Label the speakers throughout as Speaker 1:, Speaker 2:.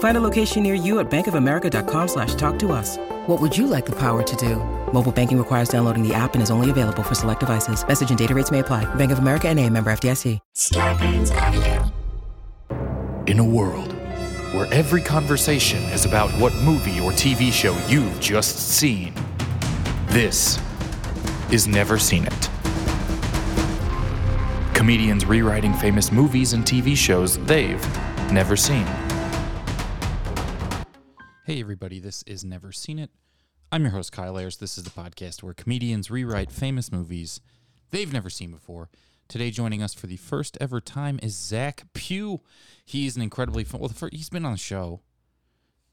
Speaker 1: Find a location near you at bankofamerica.com slash talk to us. What would you like the power to do? Mobile banking requires downloading the app and is only available for select devices. Message and data rates may apply. Bank of America and a member FDIC.
Speaker 2: In a world where every conversation is about what movie or TV show you've just seen, this is Never Seen It. Comedians rewriting famous movies and TV shows they've never seen. Hey, everybody, this is Never Seen It. I'm your host, Kyle Ayers. This is the podcast where comedians rewrite famous movies they've never seen before. Today, joining us for the first ever time is Zach Pugh. He's an incredibly fun. Well, the first, he's been on the show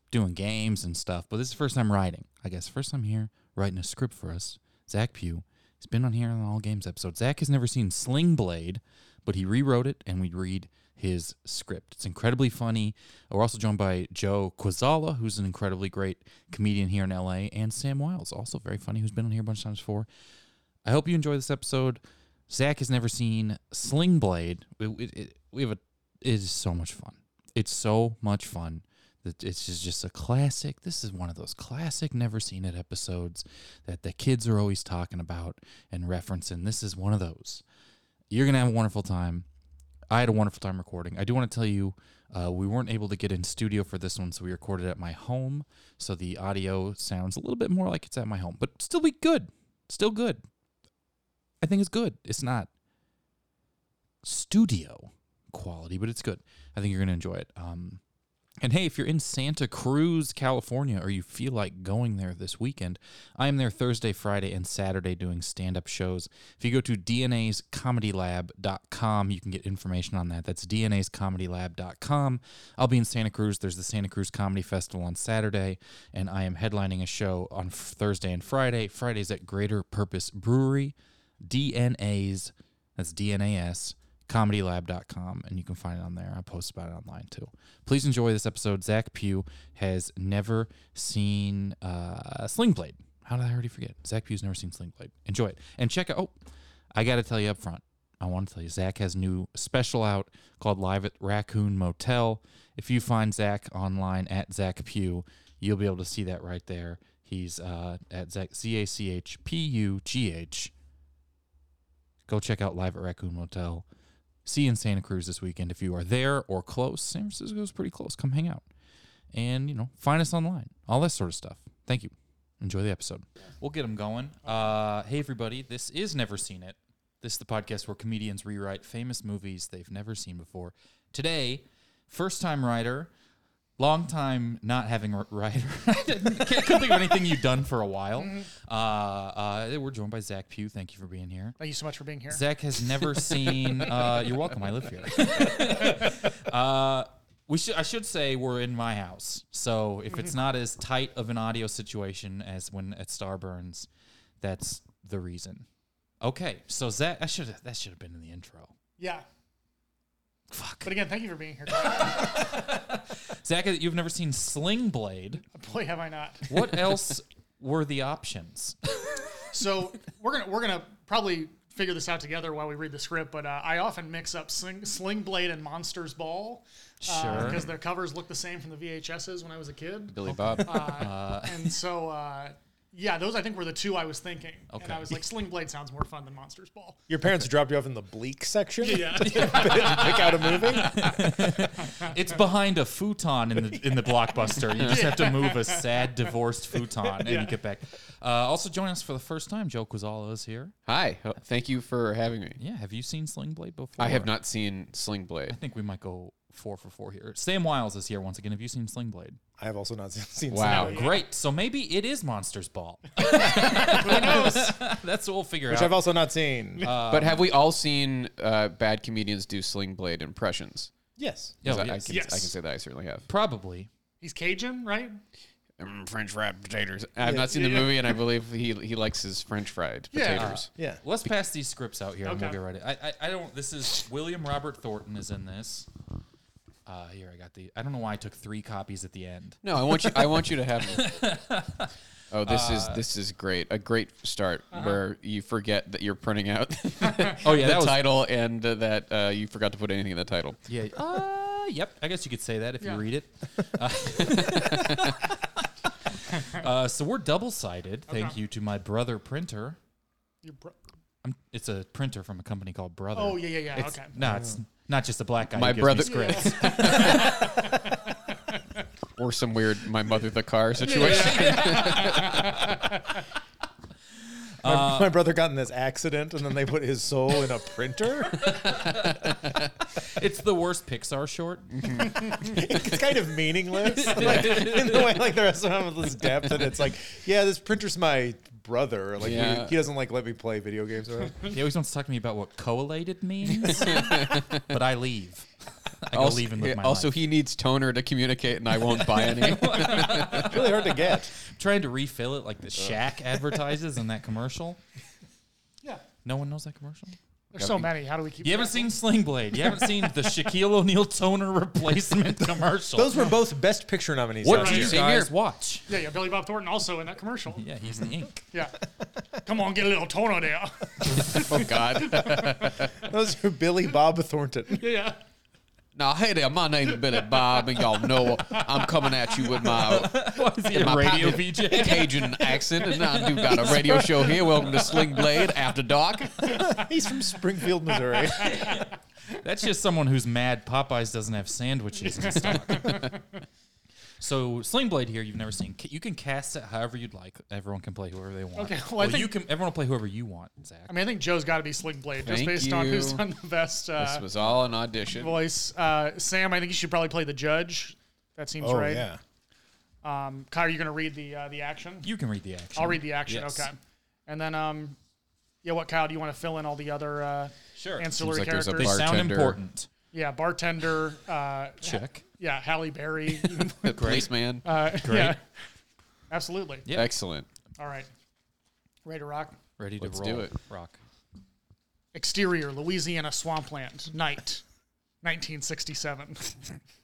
Speaker 2: doing games and stuff, but this is the first time writing. I guess first time here writing a script for us. Zach Pugh. He's been on here on all games episodes. Zach has never seen Sling Blade, but he rewrote it, and we read his script. It's incredibly funny. We're also joined by Joe Quazala, who's an incredibly great comedian here in LA, and Sam Wiles, also very funny, who's been on here a bunch of times before. I hope you enjoy this episode. Zach has never seen Sling Blade. We, we- it, we have a, it is so much fun. It's so much fun. That It's just, just a classic. This is one of those classic never seen it episodes that the kids are always talking about and referencing. This is one of those. You're going to have a wonderful time. I had a wonderful time recording. I do want to tell you, uh, we weren't able to get in studio for this one, so we recorded at my home. So the audio sounds a little bit more like it's at my home, but still be good. Still good. I think it's good. It's not studio quality, but it's good. I think you're going to enjoy it. Um, and hey, if you're in Santa Cruz, California, or you feel like going there this weekend, I am there Thursday, Friday, and Saturday doing stand up shows. If you go to dnascomedylab.com, you can get information on that. That's dnascomedylab.com. I'll be in Santa Cruz. There's the Santa Cruz Comedy Festival on Saturday, and I am headlining a show on Thursday and Friday. Friday's at Greater Purpose Brewery. DNA's, that's DNAS, comedylab.com, and you can find it on there. I post about it online too. Please enjoy this episode. Zach Pugh has never seen uh, Sling Blade. How did I already forget? Zach Pugh's never seen Sling Blade. Enjoy it. And check out, oh, I got to tell you up front. I want to tell you, Zach has new special out called Live at Raccoon Motel. If you find Zach online at Zach Pugh, you'll be able to see that right there. He's uh, at Zach, Z A C H P U G H go check out live at Raccoon Motel. See you in Santa Cruz this weekend if you are there or close. San Francisco's pretty close. Come hang out. And, you know, find us online. All that sort of stuff. Thank you. Enjoy the episode. We'll get them going. Uh, hey, everybody. This is Never Seen It. This is the podcast where comedians rewrite famous movies they've never seen before. Today, first time writer, long time not having a writer. I didn't- can't, couldn't think of anything you've done for a while. Uh, uh, we're joined by Zach Pugh. Thank you for being here.
Speaker 3: Thank you so much for being here.
Speaker 2: Zach has never seen. Uh, you're welcome. I live here. uh, we should. I should say we're in my house, so if it's not as tight of an audio situation as when at Starburns, that's the reason. Okay, so Zach, I should that should have been in the intro.
Speaker 3: yeah.
Speaker 2: Fuck.
Speaker 3: But again, thank you for being here.
Speaker 2: Zach, you've never seen Sling Blade.
Speaker 3: Boy, have I not.
Speaker 2: What else were the options?
Speaker 3: So we're gonna we're gonna probably figure this out together while we read the script. But uh, I often mix up Sling, Sling Blade and Monsters Ball uh,
Speaker 2: Sure.
Speaker 3: because their
Speaker 2: Uh,
Speaker 3: covers look the same from the VHSs when I was a kid.
Speaker 4: Billy Bob.
Speaker 3: and so uh, Yeah, those I think were the two I was thinking. And
Speaker 2: Okay.
Speaker 3: I was like, Sling Blade sounds more fun than Monsters Ball.
Speaker 4: Your parents dropped you off in the bleak section.
Speaker 3: Yeah.
Speaker 4: Pick out a movie.
Speaker 2: It's behind a futon in the in the blockbuster. You just have to move a sad divorced futon and you get back. Uh, also, join us for the first time. Joe Quazala is here.
Speaker 5: Hi, ho- thank you for having me.
Speaker 2: Yeah, have you seen Sling Blade before?
Speaker 5: I have not seen Sling Blade.
Speaker 2: I think we might go four for four here. Sam Wiles is here once again. Have you seen Sling Blade?
Speaker 4: I have also not seen. seen
Speaker 5: Wow.
Speaker 4: Snow White,
Speaker 2: Great. So maybe it is Monsters Ball. That's what we'll figure
Speaker 4: Which
Speaker 2: out.
Speaker 4: I've also not seen.
Speaker 3: Uh,
Speaker 2: Uh,
Speaker 5: but have we all seen uh, bad comedians do Sling Blade impressions?
Speaker 4: yes.
Speaker 5: 'Cause
Speaker 2: Oh,
Speaker 5: I, I
Speaker 2: yes.
Speaker 5: can,
Speaker 3: Yes.
Speaker 5: I can say that I certainly have.
Speaker 2: Probably.
Speaker 3: He's Cajun, right?
Speaker 5: Mm, French fried potatoes. I've not seen the
Speaker 3: yeah, yeah.
Speaker 5: movie, and I believe he he likes his French fried
Speaker 3: Yeah.
Speaker 5: potatoes.
Speaker 4: Yeah.
Speaker 2: Let's pass these scripts out here and we'll
Speaker 3: Okay.
Speaker 2: get right. I, I I don't. This is William Robert Thornton is in this. Uh, here I got the. I don't know why I took three copies at the end.
Speaker 5: No, I want you. I want you to have. them. Oh, this
Speaker 2: Uh,
Speaker 5: is this is great. A great start where you forget that you're printing out.
Speaker 2: Oh, Uh-huh. yeah,
Speaker 5: the
Speaker 2: that was-
Speaker 5: title and uh, that uh, you forgot to put anything in the title.
Speaker 2: Yeah. Uh, yep. I guess you could say that if
Speaker 3: Yeah.
Speaker 2: you read it. Uh, uh, so we're double sided. Thank you to my brother printer.
Speaker 3: Your bro-
Speaker 2: I'm, it's a printer from a company called Brother.
Speaker 3: oh, yeah, yeah, yeah.
Speaker 2: It's,
Speaker 3: okay.
Speaker 2: No, it's not just a black guy.
Speaker 5: My
Speaker 2: who gives me
Speaker 5: brother-
Speaker 2: scripts.
Speaker 5: or some weird my mother the car
Speaker 3: Yeah,
Speaker 5: situation.
Speaker 3: yeah, yeah.
Speaker 2: Uh,
Speaker 4: My, my brother got in this accident, and then they put his soul in a printer.
Speaker 2: It's the worst Pixar short.
Speaker 4: it's kind of meaningless, like in the way like the rest of them with this depth. And it's like, yeah, this printer's my brother. Like he,
Speaker 5: Yeah.
Speaker 4: he doesn't like let me play video games. Or
Speaker 2: He always wants to talk to me about what collated means, but I leave. I go
Speaker 5: Also,
Speaker 2: leave and live my
Speaker 5: also
Speaker 2: life.
Speaker 5: he needs toner to communicate, and I won't buy any.
Speaker 4: it's really hard to get.
Speaker 2: trying to refill it like the Shack advertises in that commercial.
Speaker 3: Yeah.
Speaker 2: No one knows that commercial.
Speaker 3: There's so many. How do we keep
Speaker 2: You haven't
Speaker 3: track?
Speaker 2: seen Sling Blade. You haven't seen the Shaquille O'Neal toner replacement commercial.
Speaker 4: Those were both Best Picture nominees.
Speaker 2: what
Speaker 4: last
Speaker 2: do you
Speaker 4: year.
Speaker 5: Same
Speaker 2: guys
Speaker 5: here.
Speaker 2: watch?
Speaker 3: Yeah, yeah. Billy Bob Thornton also in that commercial. Yeah.
Speaker 2: Yeah, he's the ink.
Speaker 3: Come on, get a little toner there.
Speaker 5: oh God!
Speaker 4: Those are Billy Bob Thornton.
Speaker 3: yeah, yeah.
Speaker 5: Now, hey there, my name's Billy Bob, and y'all know I'm coming at you with my
Speaker 2: What is he,
Speaker 5: in
Speaker 2: a
Speaker 5: my
Speaker 2: radio
Speaker 5: pocket
Speaker 2: VJ?
Speaker 5: Cajun accent, and I do got a radio show here. Welcome to Sling Blade After Dark.
Speaker 4: He's from Springfield, Missouri.
Speaker 2: That's just someone who's mad Popeyes doesn't have sandwiches in stock. So Sling Blade here, you've never seen. Ca- You can cast it however you'd like. Everyone can play whoever they want.
Speaker 3: Okay, well, I
Speaker 2: Well, you
Speaker 3: think-
Speaker 2: can. Everyone will play whoever you want. Zach.
Speaker 3: I mean, I think Joe's got to be Sling Blade just
Speaker 5: Thank
Speaker 3: based on who's
Speaker 5: you.
Speaker 3: done the best
Speaker 5: This
Speaker 3: uh,
Speaker 5: was all an audition.
Speaker 3: voice. Uh, Sam, I think you should probably play the judge. That seems
Speaker 4: Oh,
Speaker 3: right. Um, Kai, are you going to read the uh, the action?
Speaker 2: you can read the action.
Speaker 3: I'll read the action.
Speaker 2: Yes.
Speaker 3: Okay. And then, um, yeah, what, Kyle? Do you want to fill in all the other uh,
Speaker 2: Sure.
Speaker 3: ancillary
Speaker 5: Seems like there's a
Speaker 3: characters?
Speaker 2: They sound
Speaker 5: Bartender.
Speaker 2: important.
Speaker 3: yeah, bartender. Uh,
Speaker 2: Check.
Speaker 3: yeah, Halle Berry. you can-
Speaker 5: The policeman.
Speaker 3: uh, Yeah, absolutely.
Speaker 2: yeah.
Speaker 5: Excellent.
Speaker 3: All right. Ready to rock.
Speaker 2: Ready to
Speaker 5: Let's
Speaker 2: roll.
Speaker 5: do it.
Speaker 2: Rock.
Speaker 3: Exterior, Louisiana swampland, night, 1967.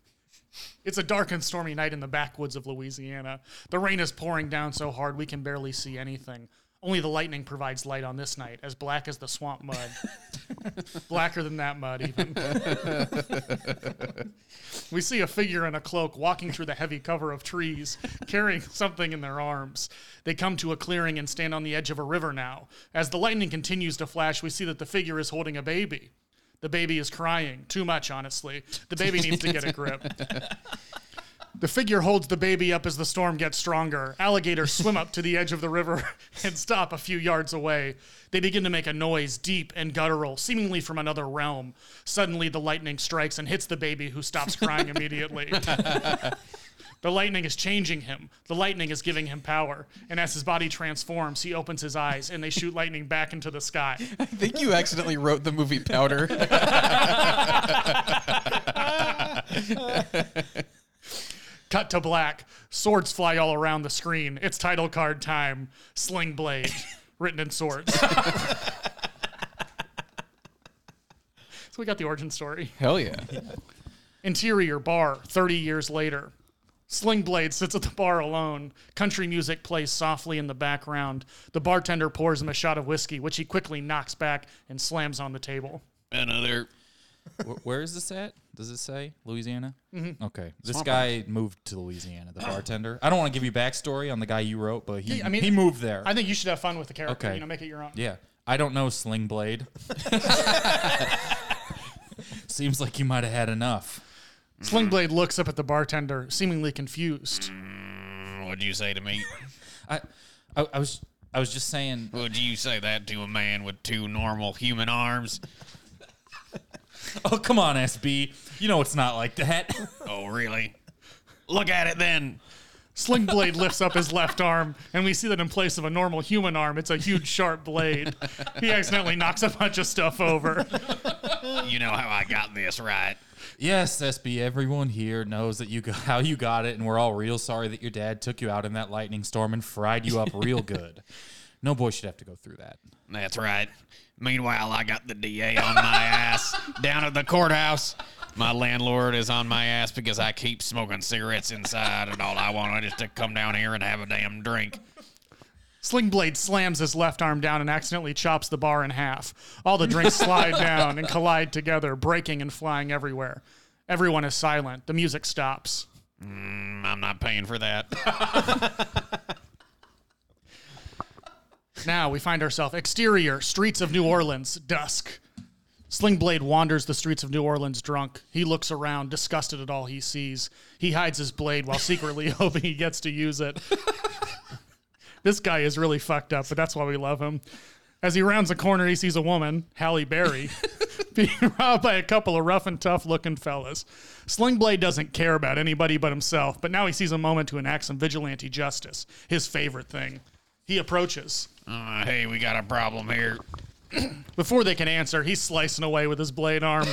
Speaker 3: it's a dark and stormy night in the backwoods of Louisiana. The rain is pouring down so hard we can barely see anything. Only the lightning provides light on this night, as black as the swamp mud. Blacker than that mud, even. We see a figure in a cloak walking through the heavy cover of trees, carrying something in their arms. They come to a clearing and stand on the edge of a river now. As the lightning continues to flash, we see that the figure is holding a baby. The baby is crying, too much, honestly. The baby needs to get a grip. The figure holds the baby up as the storm gets stronger. Alligators swim up to the edge of the river and stop a few yards away. They begin to make a noise, deep and guttural, seemingly from another realm. Suddenly, the lightning strikes and hits the baby, who stops crying immediately. The lightning is changing him. The lightning is giving him power. And as his body transforms, he opens his eyes and they shoot lightning back into the sky.
Speaker 5: I think you accidentally wrote the movie Powder.
Speaker 3: Cut to black. Swords fly all around the screen. It's title card time. Sling blade, written in swords. so we got the origin story.
Speaker 5: Hell yeah.
Speaker 3: Interior bar, 30 years later. Slingblade sits at the bar alone. Country music plays softly in the background. The bartender
Speaker 5: uh,
Speaker 3: pours him a shot of whiskey, which he quickly knocks back and slams on the table.
Speaker 5: Another
Speaker 2: Wh- where is this at? Does it say Louisiana? Mm-hmm. Okay. This guy moved to Louisiana, the bartender. I don't want to give you backstory on the guy you wrote, but he
Speaker 3: Yeah, I mean-
Speaker 2: he moved there.
Speaker 3: I think you should have fun with the character.
Speaker 2: Okay.
Speaker 3: You know, make it your own.
Speaker 2: yeah. I don't know Sling Blade. Seems like you might have had enough.
Speaker 3: Slingblade looks up at the bartender, seemingly confused.
Speaker 6: What do you say to me?
Speaker 2: I, I, I was I was just saying
Speaker 6: Would you say that to a man with two normal human arms?
Speaker 2: Oh, come on, SB. You know it's not like that.
Speaker 6: Oh, really? Look at it then.
Speaker 3: Slingblade lifts up his left arm, and we see that in place of a normal human arm, it's a huge sharp blade. He accidentally knocks a bunch of stuff over.
Speaker 6: You know how I got this, right?
Speaker 2: yes, SB, everyone here knows that you got, how you got it, and we're all real sorry that your dad took you out in that lightning storm and fried you up real good. No boy should have to go through that.
Speaker 6: That's right. Meanwhile, I got the DA on my ass down at the courthouse. My landlord is on my ass because I keep smoking cigarettes inside, and all I want is to come down here and have a damn drink.
Speaker 3: Slingblade slams his left arm down and accidentally chops the bar in half. All the drinks slide down and collide together, breaking and flying everywhere. Everyone is silent. The music stops.
Speaker 6: Mm, I'm not paying for that.
Speaker 3: Now we find ourselves exterior, streets of New Orleans, dusk. Slingblade wanders the streets of New Orleans drunk. He looks around, disgusted at all he sees. He hides his blade while secretly hoping he gets to use it. this guy is really fucked up, but that's why we love him. As he rounds a corner, he sees a woman, Halle Berry, being robbed by a couple of rough and tough looking fellas. Slingblade doesn't care about anybody but himself, but now he sees a moment to enact some vigilante justice, his favorite thing. He approaches.
Speaker 6: Uh, hey, we got a problem here.
Speaker 3: Before they can answer, he's slicing away with his blade arm.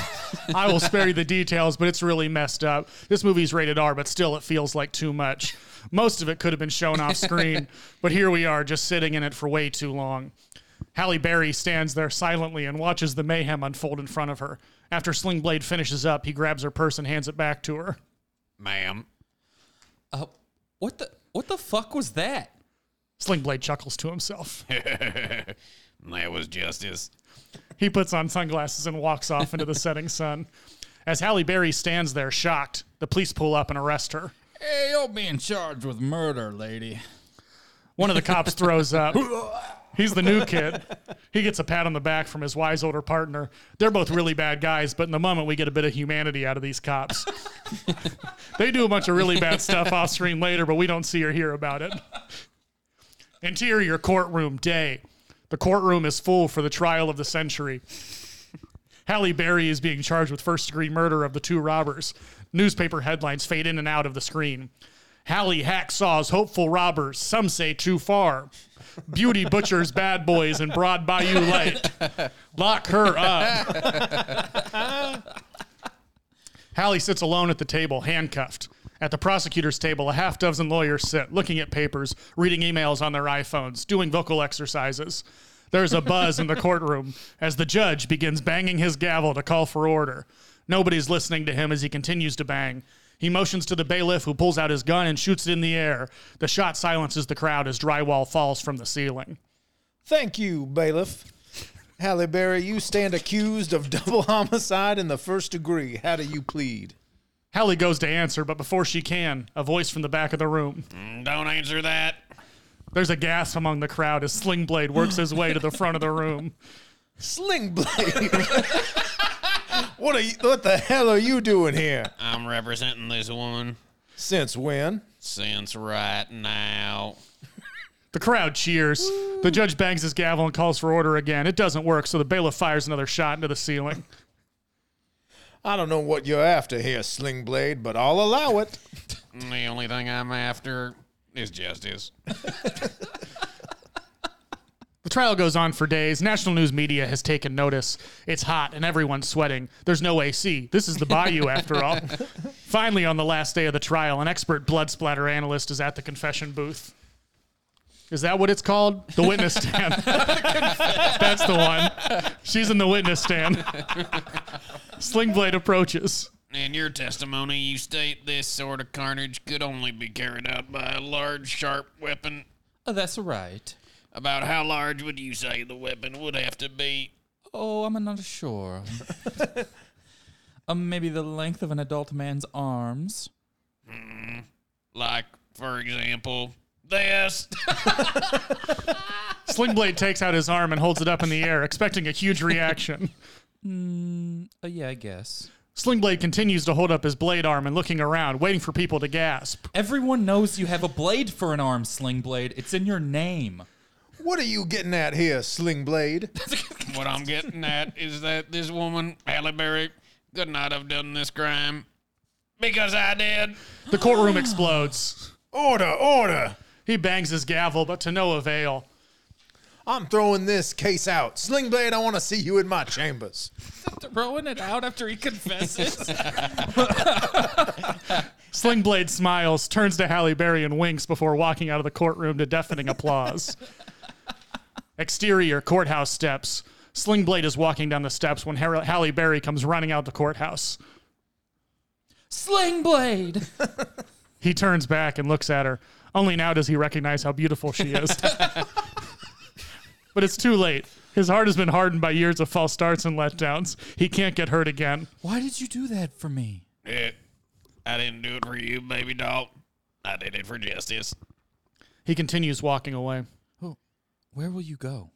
Speaker 3: I will spare you the details, but it's really messed up. This movie's rated R, but still it feels like too much. Most of it could have been shown off screen, but here we are just sitting in it for way too long. Halle Berry stands there silently and watches the mayhem unfold in front of her. After Slingblade finishes up, he grabs her purse and hands it back to her.
Speaker 6: Ma'am,
Speaker 2: Uh, what the what the fuck was that?
Speaker 3: Slingblade chuckles to himself.
Speaker 6: that was justice.
Speaker 3: He puts on sunglasses and walks off into the setting sun. As Halle Berry stands there, shocked, the police pull up and arrest her.
Speaker 2: Hey, you're being charged with murder, lady.
Speaker 3: One of the cops throws up. He's the new kid. He gets a pat on the back from his wise older partner. They're both really bad guys, but in the moment, we get a bit of humanity out of these cops. they do a bunch of really bad stuff off screen later, but we don't see or hear about it. Interior courtroom day. The courtroom is full for the trial of the century. Halle Berry is being charged with first degree murder of the two robbers. Newspaper headlines fade in and out of the screen. Halle hacksaws hopeful robbers, some say too far. Beauty butchers bad boys in Broad Bayou Lake. Lock her up. Halle sits alone at the table, handcuffed. At the prosecutor's table, a half dozen lawyers sit, looking at papers, reading emails on their iPhones, doing vocal exercises. There's a buzz in the courtroom as the judge begins banging his gavel to call for order. Nobody's listening to him as he continues to bang. He motions to the bailiff, who pulls out his gun and shoots it in the air. The shot silences the crowd as drywall falls from the ceiling.
Speaker 4: Thank you, bailiff. Halle Berry, you stand accused of double homicide in the first degree. How do you plead?
Speaker 3: Hallie goes to answer, but before she can, a voice from the back of the room.
Speaker 6: Mm, Don't answer that.
Speaker 3: There's a gasp among the crowd as Slingblade works his way to the front of the room.
Speaker 4: Sling blade. what are you, What the hell are you doing here?
Speaker 6: I'm representing this woman
Speaker 4: Since when?
Speaker 6: since right now.
Speaker 3: The crowd cheers. The judge bangs his gavel and calls for order again. It doesn't work, so the bailiff fires another shot into the ceiling.
Speaker 4: I don't know what you're after here, Sling Blade, but I'll allow it.
Speaker 6: The only thing I'm after is justice.
Speaker 3: The trial goes on for days. National news media has taken notice. It's hot and everyone's sweating. There's no AC. This is the bayou after all. Finally, on the last day of the trial, an expert blood splatter analyst is at the confession booth. Is that what it's called? The witness stand. That's the one. She's in the witness stand. Slingblade approaches.
Speaker 6: In your testimony, you state this sort of carnage could only be carried out by a large, sharp weapon.
Speaker 2: Oh, that's right.
Speaker 6: About how large would you say the weapon would have to be?
Speaker 2: Oh, I'm not sure. um, maybe the length of an adult man's arms.
Speaker 6: Like, for example, this.
Speaker 3: Slingblade takes out his arm and holds it up in the air, expecting a huge reaction.
Speaker 2: Uh, yeah, I guess.
Speaker 3: Slingblade continues to hold up his blade arm and looking around, waiting for people to gasp.
Speaker 2: Everyone knows you have a blade for an arm, Sling Blade. It's in your name.
Speaker 4: What are you getting at here, Sling Blade?
Speaker 6: what I'm getting at is that this woman, Halle Berry, could not have done this crime because I did.
Speaker 3: The courtroom explodes.
Speaker 4: order, order!
Speaker 3: He bangs his gavel, but to no avail.
Speaker 4: I'm throwing this case out. Sling Blade, I want to see you in my chambers.
Speaker 2: Throwing it out after he confesses.
Speaker 3: Slingblade smiles, turns to Halle Berry and winks before walking out of the courtroom to deafening applause. Exterior courthouse steps. Slingblade is walking down the steps when Har- Halle Berry comes running out the courthouse.
Speaker 2: Sling Blade.
Speaker 3: He turns back and looks at her. Only now does he recognize how beautiful she is. but it's too late. His heart has been hardened by years of false starts and letdowns. He can't get hurt again.
Speaker 2: Why did you do that for me?
Speaker 6: Eh, I didn't do it for you, baby doll. I did it for justice.
Speaker 3: He continues walking away.
Speaker 2: Where will you go?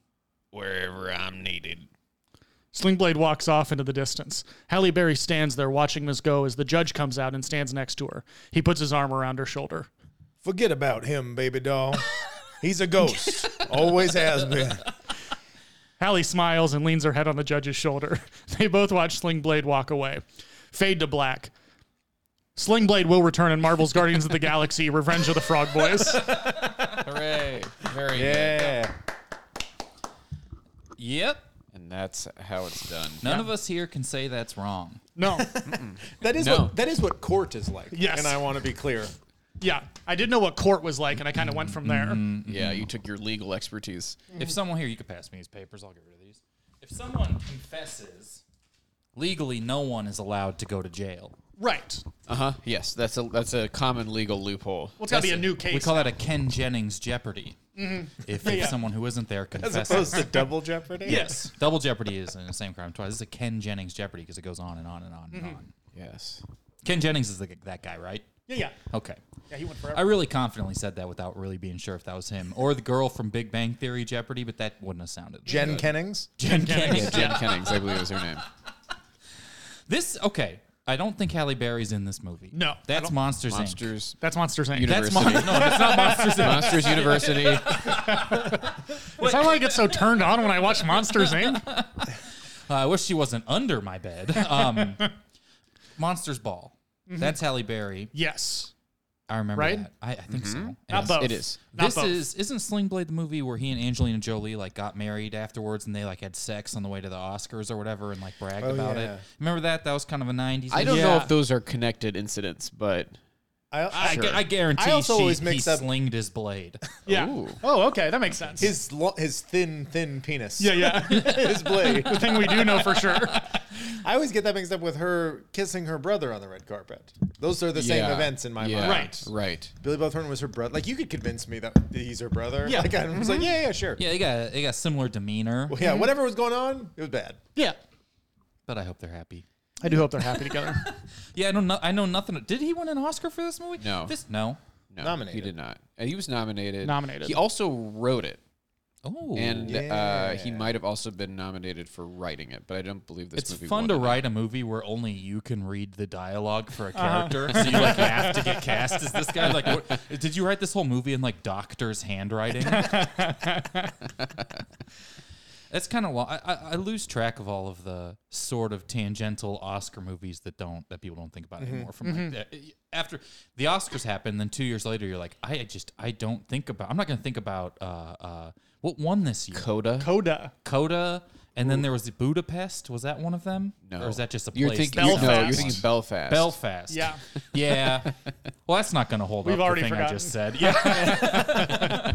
Speaker 6: Wherever I'm needed.
Speaker 3: Slingblade walks off into the distance. Halle Berry stands there watching Miss go as the judge comes out and stands next to her. He puts his arm around her shoulder.
Speaker 4: Forget about him, baby doll. He's a ghost. Always has been.
Speaker 3: Hallie smiles and leans her head on the judge's shoulder. They both watch Slingblade walk away. Fade to black. Slingblade will return in Marvel's Guardians of the Galaxy Revenge of the Frog Boys.
Speaker 5: Hooray. Very good.
Speaker 4: Yeah.
Speaker 2: Yep.
Speaker 5: And that's how it's done.
Speaker 2: None of us here can say that's wrong.
Speaker 3: No.
Speaker 4: That is
Speaker 5: No.
Speaker 4: what that is what court is like.
Speaker 3: Yes.
Speaker 4: And I want to be clear.
Speaker 3: Yeah. I did know what court was like, and I kind of went from there.
Speaker 2: Mm-hmm.
Speaker 5: Yeah, you took your legal expertise.
Speaker 2: If someone here, you could pass me these papers. I'll get rid of these. If someone confesses, legally, no one is allowed to go to jail.
Speaker 3: Right.
Speaker 5: Uh huh. Yes, that's a that's a common legal loophole.
Speaker 3: Well, it's got to be a new
Speaker 2: We
Speaker 3: case.
Speaker 2: call that a Ken Jennings jeopardy. If, if someone who isn't there
Speaker 4: Mm-hmm. As
Speaker 2: confesses,
Speaker 3: Oh,
Speaker 4: opposed to double jeopardy.
Speaker 3: yes.
Speaker 2: double jeopardy is in the same crime twice. This is a Ken Jennings jeopardy because it goes on and on and on and
Speaker 3: Mm-hmm.
Speaker 2: on.
Speaker 5: Yes.
Speaker 2: Ken Jennings is the, that guy, right?
Speaker 3: Yeah, yeah.
Speaker 2: Okay.
Speaker 3: Yeah, he went forever.
Speaker 2: I really confidently said that without really being sure if that was him or the girl from Big Bang Theory Jeopardy, but that wouldn't have sounded.
Speaker 4: Jen Kennings.
Speaker 2: Jen Jennings.
Speaker 5: Yeah, Jen Kennings, I believe is her name.
Speaker 2: This okay. I don't think Halle Berry's in this movie.
Speaker 3: No, I
Speaker 2: that's
Speaker 3: don't-
Speaker 2: Monsters. Inc.
Speaker 5: Monsters
Speaker 3: That's Monsters Inc.
Speaker 2: That's mon-
Speaker 5: University.
Speaker 2: no, that's not Monsters. Inc.
Speaker 5: Monsters University.
Speaker 3: That's how I get so turned on when I watch Monsters Inc.
Speaker 2: Uh, I wish she wasn't under my bed. Um, Monsters Ball. That's Halle Berry.
Speaker 3: Yes.
Speaker 2: I remember
Speaker 3: Mm-hmm. Right? Mm-hmm.
Speaker 2: that. I, I think so.
Speaker 3: Not
Speaker 2: Yes.
Speaker 3: both.
Speaker 5: it is.
Speaker 3: Not
Speaker 2: This
Speaker 3: both.
Speaker 2: is isn't Sling Blade the movie where he and Angelina Jolie like got married afterwards and they like had sex on the way to the Oscars or whatever and like bragged about
Speaker 4: Oh, yeah.
Speaker 2: it. Remember that? That was kind of a '90s. movie.
Speaker 5: I don't know
Speaker 3: Yeah.
Speaker 5: if those are connected incidents, but
Speaker 4: I,
Speaker 2: I, gu- I guarantee
Speaker 4: I also
Speaker 2: she,
Speaker 4: always
Speaker 2: he
Speaker 4: mix up-
Speaker 2: slinged his blade.
Speaker 3: Yeah.
Speaker 5: Ooh.
Speaker 3: Oh, okay. That makes sense.
Speaker 4: his lo- his thin thin penis.
Speaker 3: yeah, yeah.
Speaker 4: his blade.
Speaker 3: the thing we do know for sure.
Speaker 4: I always get that mixed up with her kissing her brother on the red carpet. Those are the same
Speaker 5: Yeah.
Speaker 4: events in my
Speaker 5: Yeah.
Speaker 4: mind.
Speaker 3: Right.
Speaker 5: Right.
Speaker 4: Billy Bob Thornton was her brother. Like you could convince me that he's her brother.
Speaker 3: Yeah. Mm-hmm.
Speaker 4: Like I was like, yeah, yeah, sure.
Speaker 2: yeah, they got they got similar demeanor,
Speaker 4: Well, yeah, whatever was going on, it was bad.
Speaker 3: Yeah.
Speaker 2: but I hope they're happy.
Speaker 3: I do hope they're happy together.
Speaker 2: Yeah, I don't know. I know nothing. Did he win an Oscar for this movie?
Speaker 5: No.
Speaker 2: This no.
Speaker 5: No, He
Speaker 4: Nominated.
Speaker 5: did not. Uh, He was nominated.
Speaker 3: Nominated.
Speaker 5: He also wrote it,
Speaker 2: Oh,
Speaker 5: and uh, he
Speaker 4: Yeah.
Speaker 5: might have also been nominated for writing it, but I don't believe this
Speaker 2: it's
Speaker 5: movie.
Speaker 2: fun
Speaker 5: won
Speaker 2: to
Speaker 5: it.
Speaker 2: write a movie where only you can read the dialogue for a character, so you like have to get cast as this guy. Like, what, did you write this whole movie in like doctor's handwriting? That's kind of I, I, I lose track of all of the sort of tangential Oscar movies that don't that people don't think about anymore. From like, the- eh, after the Oscars happen, then two years later, you're like, I just I don't think about. I'm not going to think about uh, uh, what won this year.
Speaker 5: Coda.
Speaker 3: Coda.
Speaker 2: Coda, and then there was Budapest. Was that one of them?
Speaker 5: no.
Speaker 2: or is that just a
Speaker 5: You're
Speaker 2: place?
Speaker 5: thinking,
Speaker 2: that-
Speaker 5: Belfast. No, you're
Speaker 3: Belfast.
Speaker 5: thinking Belfast.
Speaker 2: Belfast.
Speaker 3: Yeah.
Speaker 2: yeah. Well, that's not going to hold
Speaker 3: We've
Speaker 2: up.
Speaker 3: already
Speaker 2: the thing I
Speaker 3: forgotten.
Speaker 2: just said. Yeah.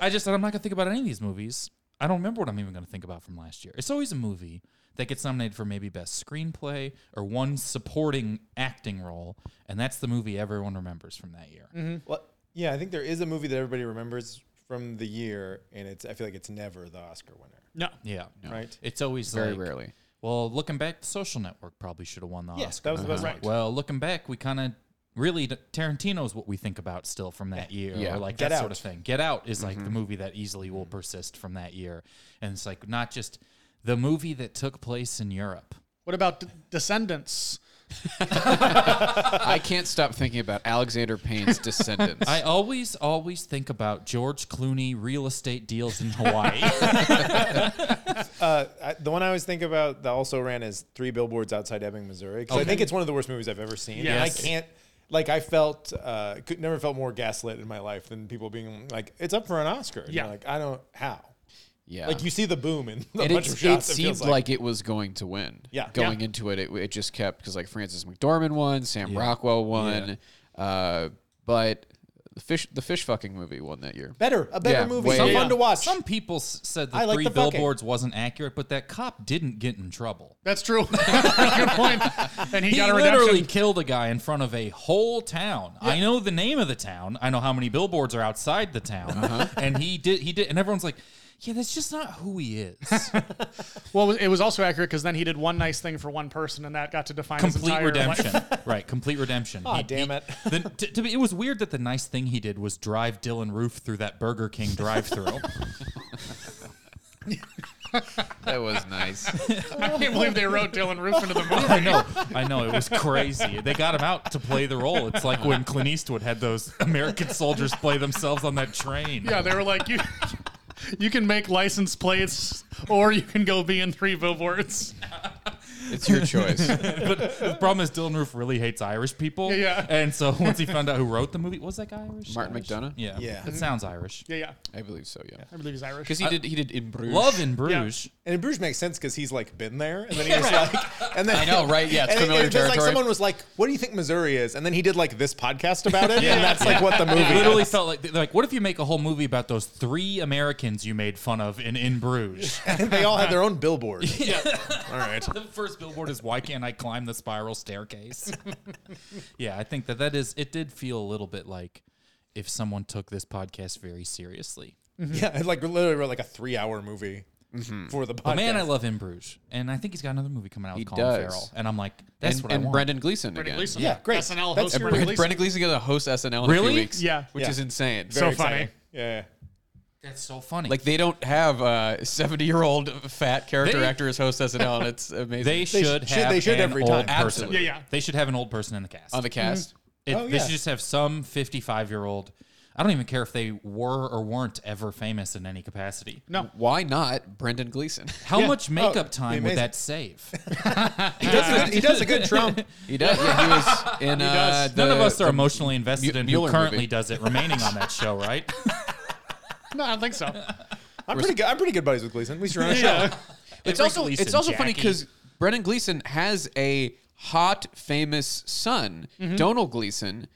Speaker 2: I just said I'm not going to think about any of these movies. I don't remember what I'm even going to think about from last year. It's always a movie that gets nominated for maybe best screenplay or one supporting acting role, and that's the movie everyone remembers from that year.
Speaker 4: Well, yeah, I think there is a movie that everybody remembers from the year, and it's I feel like it's never the Oscar winner,
Speaker 3: No.
Speaker 2: Yeah.
Speaker 4: right?
Speaker 2: It's always
Speaker 5: Very
Speaker 2: like,
Speaker 5: rarely.
Speaker 2: Well, looking back, The Social Network probably should have won the
Speaker 4: Yes,
Speaker 2: Oscar.
Speaker 4: that was the
Speaker 5: Uh-huh.
Speaker 4: best one.
Speaker 2: Well, looking back, we kind of really Tarantino's what we think about still from that year,
Speaker 5: Yeah. Mm-hmm.
Speaker 2: or like
Speaker 4: Get
Speaker 2: that sort
Speaker 4: Out.
Speaker 2: of thing. Get Out is like the movie that easily will persist from that year, and it's like not just the movie that took place in Europe.
Speaker 3: What about D- Descendants?
Speaker 5: I can't stop thinking about Alexander Payne's descendants.
Speaker 2: I always, always think about George Clooney real estate deals in Hawaii.
Speaker 4: Uh, I, the one I always think about that also ran as Three Billboards Outside Ebbing, Missouri, because I think it's one of the worst movies I've ever seen. And I
Speaker 3: Yes.
Speaker 4: can't. Like I felt, uh, could never felt more gaslit in my life than people being like, "It's up for an Oscar." And you're
Speaker 3: Yeah.
Speaker 4: like I don't how.
Speaker 5: yeah.
Speaker 4: Like you see the boom in a
Speaker 5: And
Speaker 4: bunch
Speaker 5: it,
Speaker 4: of shots.
Speaker 5: it
Speaker 4: It, feels
Speaker 5: seemed
Speaker 4: like,
Speaker 5: like it was going to win.
Speaker 4: Yeah.
Speaker 5: Going into it, it, it just kept because like Francis McDormand won, Sam Rockwell won, uh, but the fish the fish fucking movie won that year.
Speaker 4: better, a better
Speaker 5: Yeah,
Speaker 4: movie,
Speaker 5: way-
Speaker 4: fun
Speaker 5: Yeah.
Speaker 4: to watch.
Speaker 2: Some people s- said the
Speaker 4: I like
Speaker 2: three
Speaker 4: the fucking.
Speaker 2: billboards wasn't accurate, but that cop didn't get in trouble.
Speaker 3: That's true. Good point. And he,
Speaker 2: He
Speaker 3: got a
Speaker 2: literally
Speaker 3: redemption.
Speaker 2: killed a guy in front of a whole town. I know the name of the town. I know how many billboards are outside the town. And he did. He did. And everyone's like, "Yeah, that's just not who he is."
Speaker 3: Well, it was also accurate because then he did one nice thing for one person, and that got to define his
Speaker 2: complete
Speaker 3: entire
Speaker 2: redemption.
Speaker 3: life.
Speaker 2: right. Complete redemption.
Speaker 4: Aw, damn it.
Speaker 2: the- to, to be, it was weird that the nice thing he did was drive Dylan Roof through that Burger King drive-through.
Speaker 5: That was nice.
Speaker 3: I can't believe they wrote Dylan Roof into the movie.
Speaker 2: I know, I know. It was crazy. They got him out to play the role. It's like when Clint Eastwood had those American soldiers play themselves on that train.
Speaker 3: Yeah, they were like, you, you can make license plates, or you can go be in three billboards.
Speaker 5: it's your choice.
Speaker 2: but the problem is Dylan Roof really hates Irish people.
Speaker 3: Yeah, yeah.
Speaker 2: And so once he found out who wrote the movie, was that guy Irish?
Speaker 5: Martin
Speaker 2: Irish?
Speaker 5: McDonough?
Speaker 2: Yeah.
Speaker 4: Yeah.
Speaker 2: It sounds Irish.
Speaker 3: Yeah, yeah.
Speaker 5: I believe so. Yeah.
Speaker 3: I believe he's Irish.
Speaker 5: Because he did he did in Bruges.
Speaker 2: Love in Bruges.
Speaker 4: And in Bruges makes sense because he's like been there, and then he was like, and then
Speaker 5: I know, right? Yeah, it's
Speaker 4: and it-
Speaker 5: familiar
Speaker 4: it was just Like
Speaker 5: territory.
Speaker 4: someone was like, "What do you think Missouri is?" And then he did like this podcast about it, and that's like what the movie.
Speaker 2: It literally
Speaker 4: is.
Speaker 2: felt like they're like, what if you make a whole movie about those three Americans you made fun of in In Bruges?
Speaker 4: they all had their own billboard. All right.
Speaker 2: the first billboard is why can't I climb the spiral staircase? yeah, I think that that is. It did feel a little bit like if someone took this podcast very seriously.
Speaker 4: Yeah, it like literally wrote like a three-hour movie for the podcast.
Speaker 2: But man, I love In Bruges, and I think he's got another movie coming out
Speaker 5: He
Speaker 2: with Colin
Speaker 5: does.
Speaker 2: Farrell, and I'm like, that's
Speaker 5: And,
Speaker 2: what I
Speaker 5: and
Speaker 2: want.
Speaker 5: Brendan Gleeson
Speaker 3: Brendan
Speaker 5: again.
Speaker 3: Gleeson.
Speaker 4: Yeah, great.
Speaker 3: SNL
Speaker 4: That's
Speaker 3: host
Speaker 5: And
Speaker 3: Brendan
Speaker 5: Brendan,
Speaker 3: Gleeson.
Speaker 5: Brendan Gleeson going to host SNL in a
Speaker 2: Really?
Speaker 5: few weeks.
Speaker 3: Yeah.
Speaker 5: Which
Speaker 4: Yeah.
Speaker 5: is insane.
Speaker 3: So funny.
Speaker 4: Yeah,
Speaker 2: That's so funny.
Speaker 5: Like they don't have a seventy-year-old fat character
Speaker 2: They-
Speaker 5: actor as host SNL, and it's amazing.
Speaker 2: They should
Speaker 4: should-
Speaker 2: have
Speaker 4: they should
Speaker 2: an
Speaker 4: every
Speaker 2: old
Speaker 4: time.
Speaker 2: person.
Speaker 5: Absolutely.
Speaker 3: Yeah, yeah.
Speaker 2: They should have an old person in the cast.
Speaker 5: on the cast.
Speaker 2: It-
Speaker 4: Oh,
Speaker 2: They
Speaker 4: yeah.
Speaker 2: should just have some 55 year old. I don't even care if they were or weren't ever famous in any capacity.
Speaker 3: No.
Speaker 5: Why not Brendan Gleeson?
Speaker 2: How much makeup
Speaker 4: Oh,
Speaker 2: time
Speaker 4: amazing.
Speaker 2: would that save?
Speaker 4: he does. A good, he does a good Trump.
Speaker 2: Uh,
Speaker 5: He does. Yeah, he was in. Uh, the,
Speaker 2: None of us are
Speaker 5: the-
Speaker 2: emotionally invested
Speaker 5: Mu-
Speaker 2: in
Speaker 5: Mueller
Speaker 2: who currently
Speaker 5: movie.
Speaker 2: does it remaining on that show, right?
Speaker 3: No, I don't think so.
Speaker 4: I'm pretty good. I'm pretty good buddies with Gleason. We should run a show.
Speaker 5: It's
Speaker 2: Henry
Speaker 5: also
Speaker 2: Gleason,
Speaker 5: it's also funny
Speaker 2: Jackie.
Speaker 5: because Brendan Gleeson has a hot, famous son,
Speaker 3: Mm-hmm.
Speaker 5: Donald Gleeson.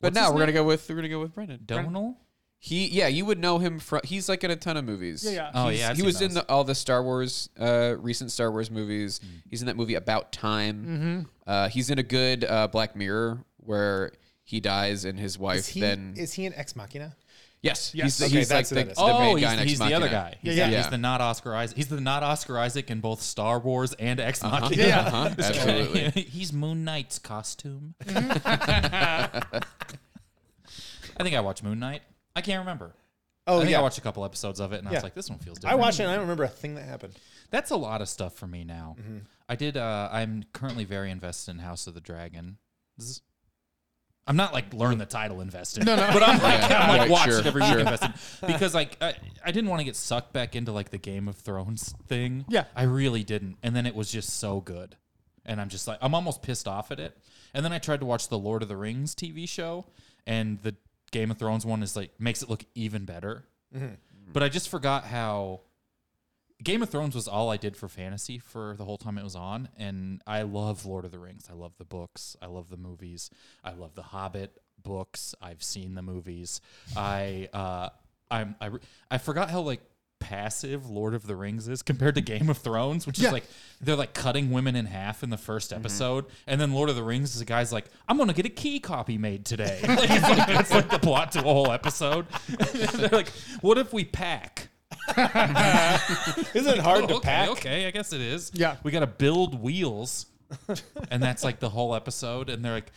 Speaker 5: But now we're gonna go with we're gonna go with Brendan.
Speaker 2: Donal?
Speaker 5: He yeah, you would know him from. He's like in a ton of movies.
Speaker 3: Yeah, yeah.
Speaker 2: Oh, yeah. I've
Speaker 5: he
Speaker 2: seen
Speaker 5: was in
Speaker 2: those. Mm.
Speaker 5: the, all the Star Wars, uh, recent Star Wars movies. He's in that movie About Time. Uh, he's in a good uh, Black Mirror where he dies and his wife
Speaker 4: Is he,
Speaker 5: then.
Speaker 4: is he an ex machina?
Speaker 5: yes,
Speaker 3: Yes.
Speaker 5: he's,
Speaker 4: Okay,
Speaker 5: he's like
Speaker 4: that's
Speaker 5: the,
Speaker 4: who that
Speaker 5: the
Speaker 4: is.
Speaker 2: Oh,
Speaker 5: main
Speaker 2: he's,
Speaker 5: guy
Speaker 2: the-
Speaker 5: next
Speaker 2: he's the other guy. He's,
Speaker 3: Yeah,
Speaker 2: the,
Speaker 5: yeah.
Speaker 2: he's the not Oscar Isaac. He's the not Oscar Isaac in both Star Wars and Ex Machina.
Speaker 3: Yeah.
Speaker 5: Uh-huh, absolutely.
Speaker 2: he's Moon Knight's costume. I think I watched Moon Knight. I can't remember.
Speaker 4: Oh
Speaker 2: I think
Speaker 4: yeah,
Speaker 2: I watched a couple episodes of it, and I
Speaker 4: Yeah.
Speaker 2: was like, "This one feels
Speaker 4: I
Speaker 2: different."
Speaker 4: watched it. and I don't remember a thing that happened.
Speaker 2: That's a lot of stuff for me now.
Speaker 4: Mm-hmm.
Speaker 2: I did. Uh, I'm currently very invested in House of the Dragon. Zzz. I'm not like learn the title invested. No, no. But I'm like,
Speaker 5: Yeah,
Speaker 2: I'm like
Speaker 5: right,
Speaker 2: watch
Speaker 5: sure,
Speaker 2: it every week
Speaker 5: sure.
Speaker 2: invested because like I, I didn't want to get sucked back into like the Game of Thrones thing.
Speaker 3: Yeah.
Speaker 2: I really didn't. And then it was just so good, and I'm just like I'm almost pissed off at it. And then I tried to watch the Lord of the Rings TV show, and the Game of Thrones one is like makes it look even better.
Speaker 5: Mm-hmm.
Speaker 2: But I just forgot how Game of Thrones was all I did for fantasy for the whole time it was on, and I love Lord of the Rings. I love the books. I love the movies. I love the Hobbit books. I've seen the movies. I uh, I'm I, re- I forgot how like passive Lord of the Rings is compared to Game of Thrones, which is like they're like cutting women in half in the first episode, and then Lord of the Rings is a guy's like, I'm gonna get a key copy made today. like, it's like, that's like the plot to a whole episode. they're like, what if we pack?
Speaker 4: Isn't it hard
Speaker 2: Oh,
Speaker 4: to
Speaker 2: okay,
Speaker 4: pack?
Speaker 2: okay, I guess it is.
Speaker 3: Yeah.
Speaker 2: we got to build wheels, and that's like the whole episode. And they're like,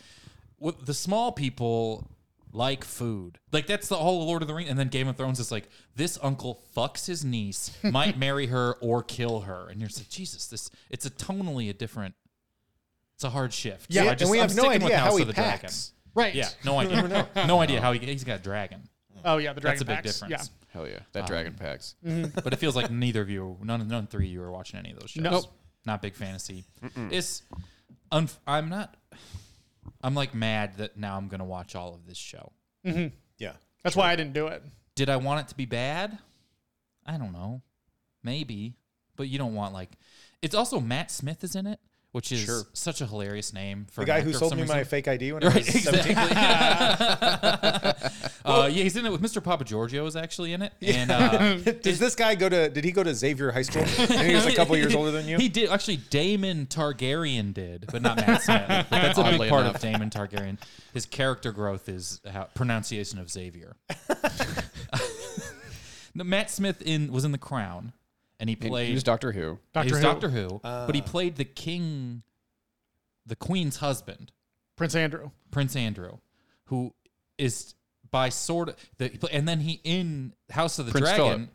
Speaker 2: well, the small people like food. Like that's the whole Lord of the Rings. And then Game of Thrones is like, this uncle fucks his niece, might marry her or kill her. And you're just like, Jesus, this it's a tonally a different. It's a hard shift.
Speaker 4: Yeah,
Speaker 2: So I
Speaker 4: and
Speaker 2: just,
Speaker 4: we
Speaker 2: I'm
Speaker 4: have no
Speaker 2: sticking with
Speaker 4: idea
Speaker 2: House
Speaker 4: how he
Speaker 2: of the
Speaker 4: packs.
Speaker 3: Right.
Speaker 2: Dragon. Yeah, no idea. no, idea how he he's got a dragon.
Speaker 3: Oh yeah, the dragon
Speaker 2: That's a big
Speaker 3: packs.
Speaker 2: difference.
Speaker 3: Yeah.
Speaker 5: Hell yeah, that dragon packs.
Speaker 2: but it feels like neither of you, none, none three of you, are watching any of those shows.
Speaker 3: No. Nope.
Speaker 2: Not big fantasy. It's, unf- I'm not. I'm like mad that now I'm gonna watch all of this show.
Speaker 4: Yeah.
Speaker 3: That's why I didn't do it.
Speaker 2: Did I want it to be bad? I don't know. Maybe, but you don't want like. It's also Matt Smith is in it, which is
Speaker 5: Sure.
Speaker 2: such a hilarious name for
Speaker 4: The
Speaker 2: an
Speaker 4: guy
Speaker 2: actor
Speaker 4: who
Speaker 2: for
Speaker 4: sold
Speaker 2: some
Speaker 4: me
Speaker 2: reason.
Speaker 4: my fake ID when I
Speaker 2: Right,
Speaker 4: was 17.
Speaker 2: exactly. uh, yeah, he's in it with Mr. Papa Giorgio is actually in it, and uh,
Speaker 4: Does this guy go to? Did he go to Xavier High School? and he was a couple years older than you.
Speaker 2: He did actually. Damon Targaryen did, but not Matt Smith. But that's a big
Speaker 5: Oddly
Speaker 2: part of
Speaker 5: enough.
Speaker 2: Damon Targaryen. His character growth is how, pronunciation of Xavier. No, Matt Smith in was in The Crown, and he
Speaker 5: And
Speaker 2: played
Speaker 5: He was Doctor Who.
Speaker 3: Doctor
Speaker 2: he was
Speaker 3: Who.
Speaker 2: Doctor Who, but he played the king, the queen's husband,
Speaker 3: Prince Andrew.
Speaker 2: Prince Andrew, who is by sort of the, and then he in House of the
Speaker 5: Prince
Speaker 2: Dragon.
Speaker 5: Philip.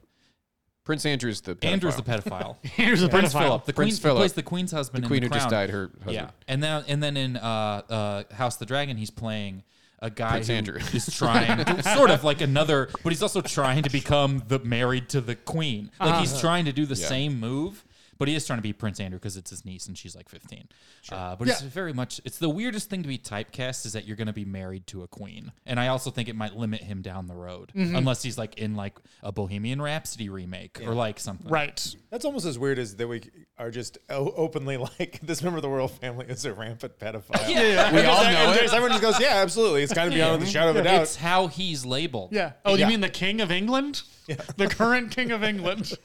Speaker 5: Prince Andrew's the pedophile.
Speaker 2: Andrew's the pedophile.
Speaker 3: Here's the
Speaker 2: Prince Philip, the
Speaker 5: Prince
Speaker 2: queen,
Speaker 5: Philip.
Speaker 2: He plays the queen's husband.
Speaker 5: The
Speaker 2: in
Speaker 5: queen who just
Speaker 2: Crown.
Speaker 5: died, her husband.
Speaker 2: Yeah, and then and then in uh, uh, House of the Dragon, he's playing a guy
Speaker 5: Prince
Speaker 2: who
Speaker 5: Andrew.
Speaker 2: is trying, sort of like another, but he's also trying to become the married to the queen. Like
Speaker 5: Uh-huh.
Speaker 2: he's trying to do the same move. But he is trying to be Prince Andrew because it's his niece and she's like 15. Uh, but it's
Speaker 3: Yeah.
Speaker 2: very much, it's the weirdest thing to be typecast is that you're going to be married to a queen. And I also think it might limit him down the road
Speaker 3: Mm-hmm.
Speaker 2: unless he's like in like a Bohemian Rhapsody remake or like something.
Speaker 3: Right.
Speaker 4: That's almost as weird as that we are just o- openly like this member of the royal family is a rampant pedophile.
Speaker 2: Yeah, yeah.
Speaker 4: we
Speaker 5: all know it.
Speaker 4: Everyone just goes, yeah, absolutely. It's kind of beyond the shadow of a doubt.
Speaker 2: It's how he's labeled.
Speaker 3: Yeah. Oh,
Speaker 4: Yeah.
Speaker 3: you mean the King of England? Yeah. The current King of England.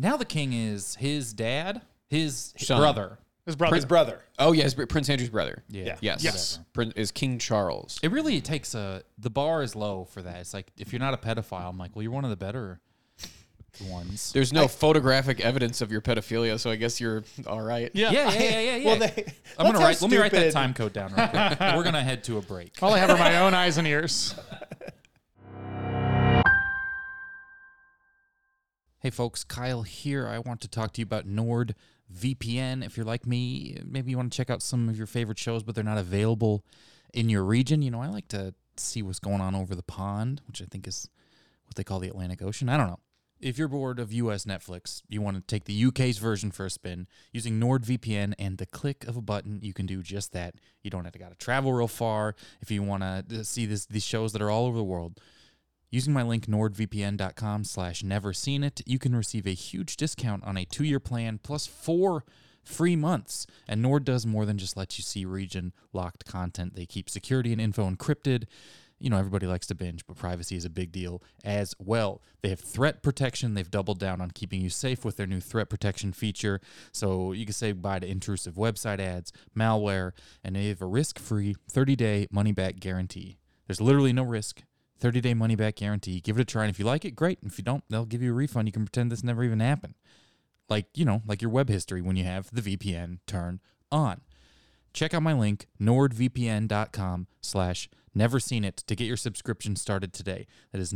Speaker 2: Now the king is his dad, his
Speaker 5: Son.
Speaker 2: brother.
Speaker 3: His brother.
Speaker 4: his brother.
Speaker 5: Oh yes, Br- Prince Andrew's brother.
Speaker 2: Yeah.
Speaker 5: Yes.
Speaker 3: Yes.
Speaker 5: Prin- is King Charles.
Speaker 2: It really takes a the bar is low for that. It's like if you're not a pedophile, I'm like, well, you're one of the better ones.
Speaker 5: There's no photographic evidence of your pedophilia, so I guess you're all right.
Speaker 3: Yeah.
Speaker 2: yeah, yeah, yeah, yeah. yeah.
Speaker 4: Well, they-
Speaker 2: I'm gonna write.
Speaker 4: that's how
Speaker 2: Let me write that
Speaker 4: stupid-
Speaker 2: time code down. Real quick. We're gonna head to a break.
Speaker 3: All I have are my own eyes and ears.
Speaker 2: Hey folks, Kyle here. I want to talk to you about NordVPN. If you're like me, maybe you want to check out some of your favorite shows, but they're not available in your region. You know, I like to see what's going on over the pond, which I think is what they call the Atlantic Ocean. I don't know. If you're bored of US Netflix, you want to take the UK's version for a spin using NordVPN and the click of a button, you can do just that. You don't have to got to travel real far if you want to see this, these shows that are all over the world. Using my link nordvpn.com slash never seen it, you can receive a huge discount on a two year plan plus four free months. And Nord does more than just let you see region locked content. They keep security and info encrypted. You know, everybody likes to binge, but privacy is a big deal as well. They have threat protection. They've doubled down on keeping you safe with their new threat protection feature. So you can say goodbye to intrusive website ads, malware, and they have a risk free 30 day money back guarantee. There's literally no risk. 30 day money back guarantee. Give it a try. And if you like it, great. And if you don't, they'll give you a refund. You can pretend this never even happened. Like, you know, like your web history when you have the VPN turned on. Check out my link, nordvpn.com slash never seen it to get your subscription started today. That is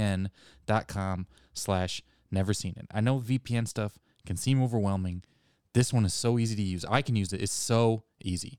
Speaker 2: nordvpn.com slash never seen it. I know VPN stuff can seem overwhelming. This one is so easy to use. I can use it. It's so easy.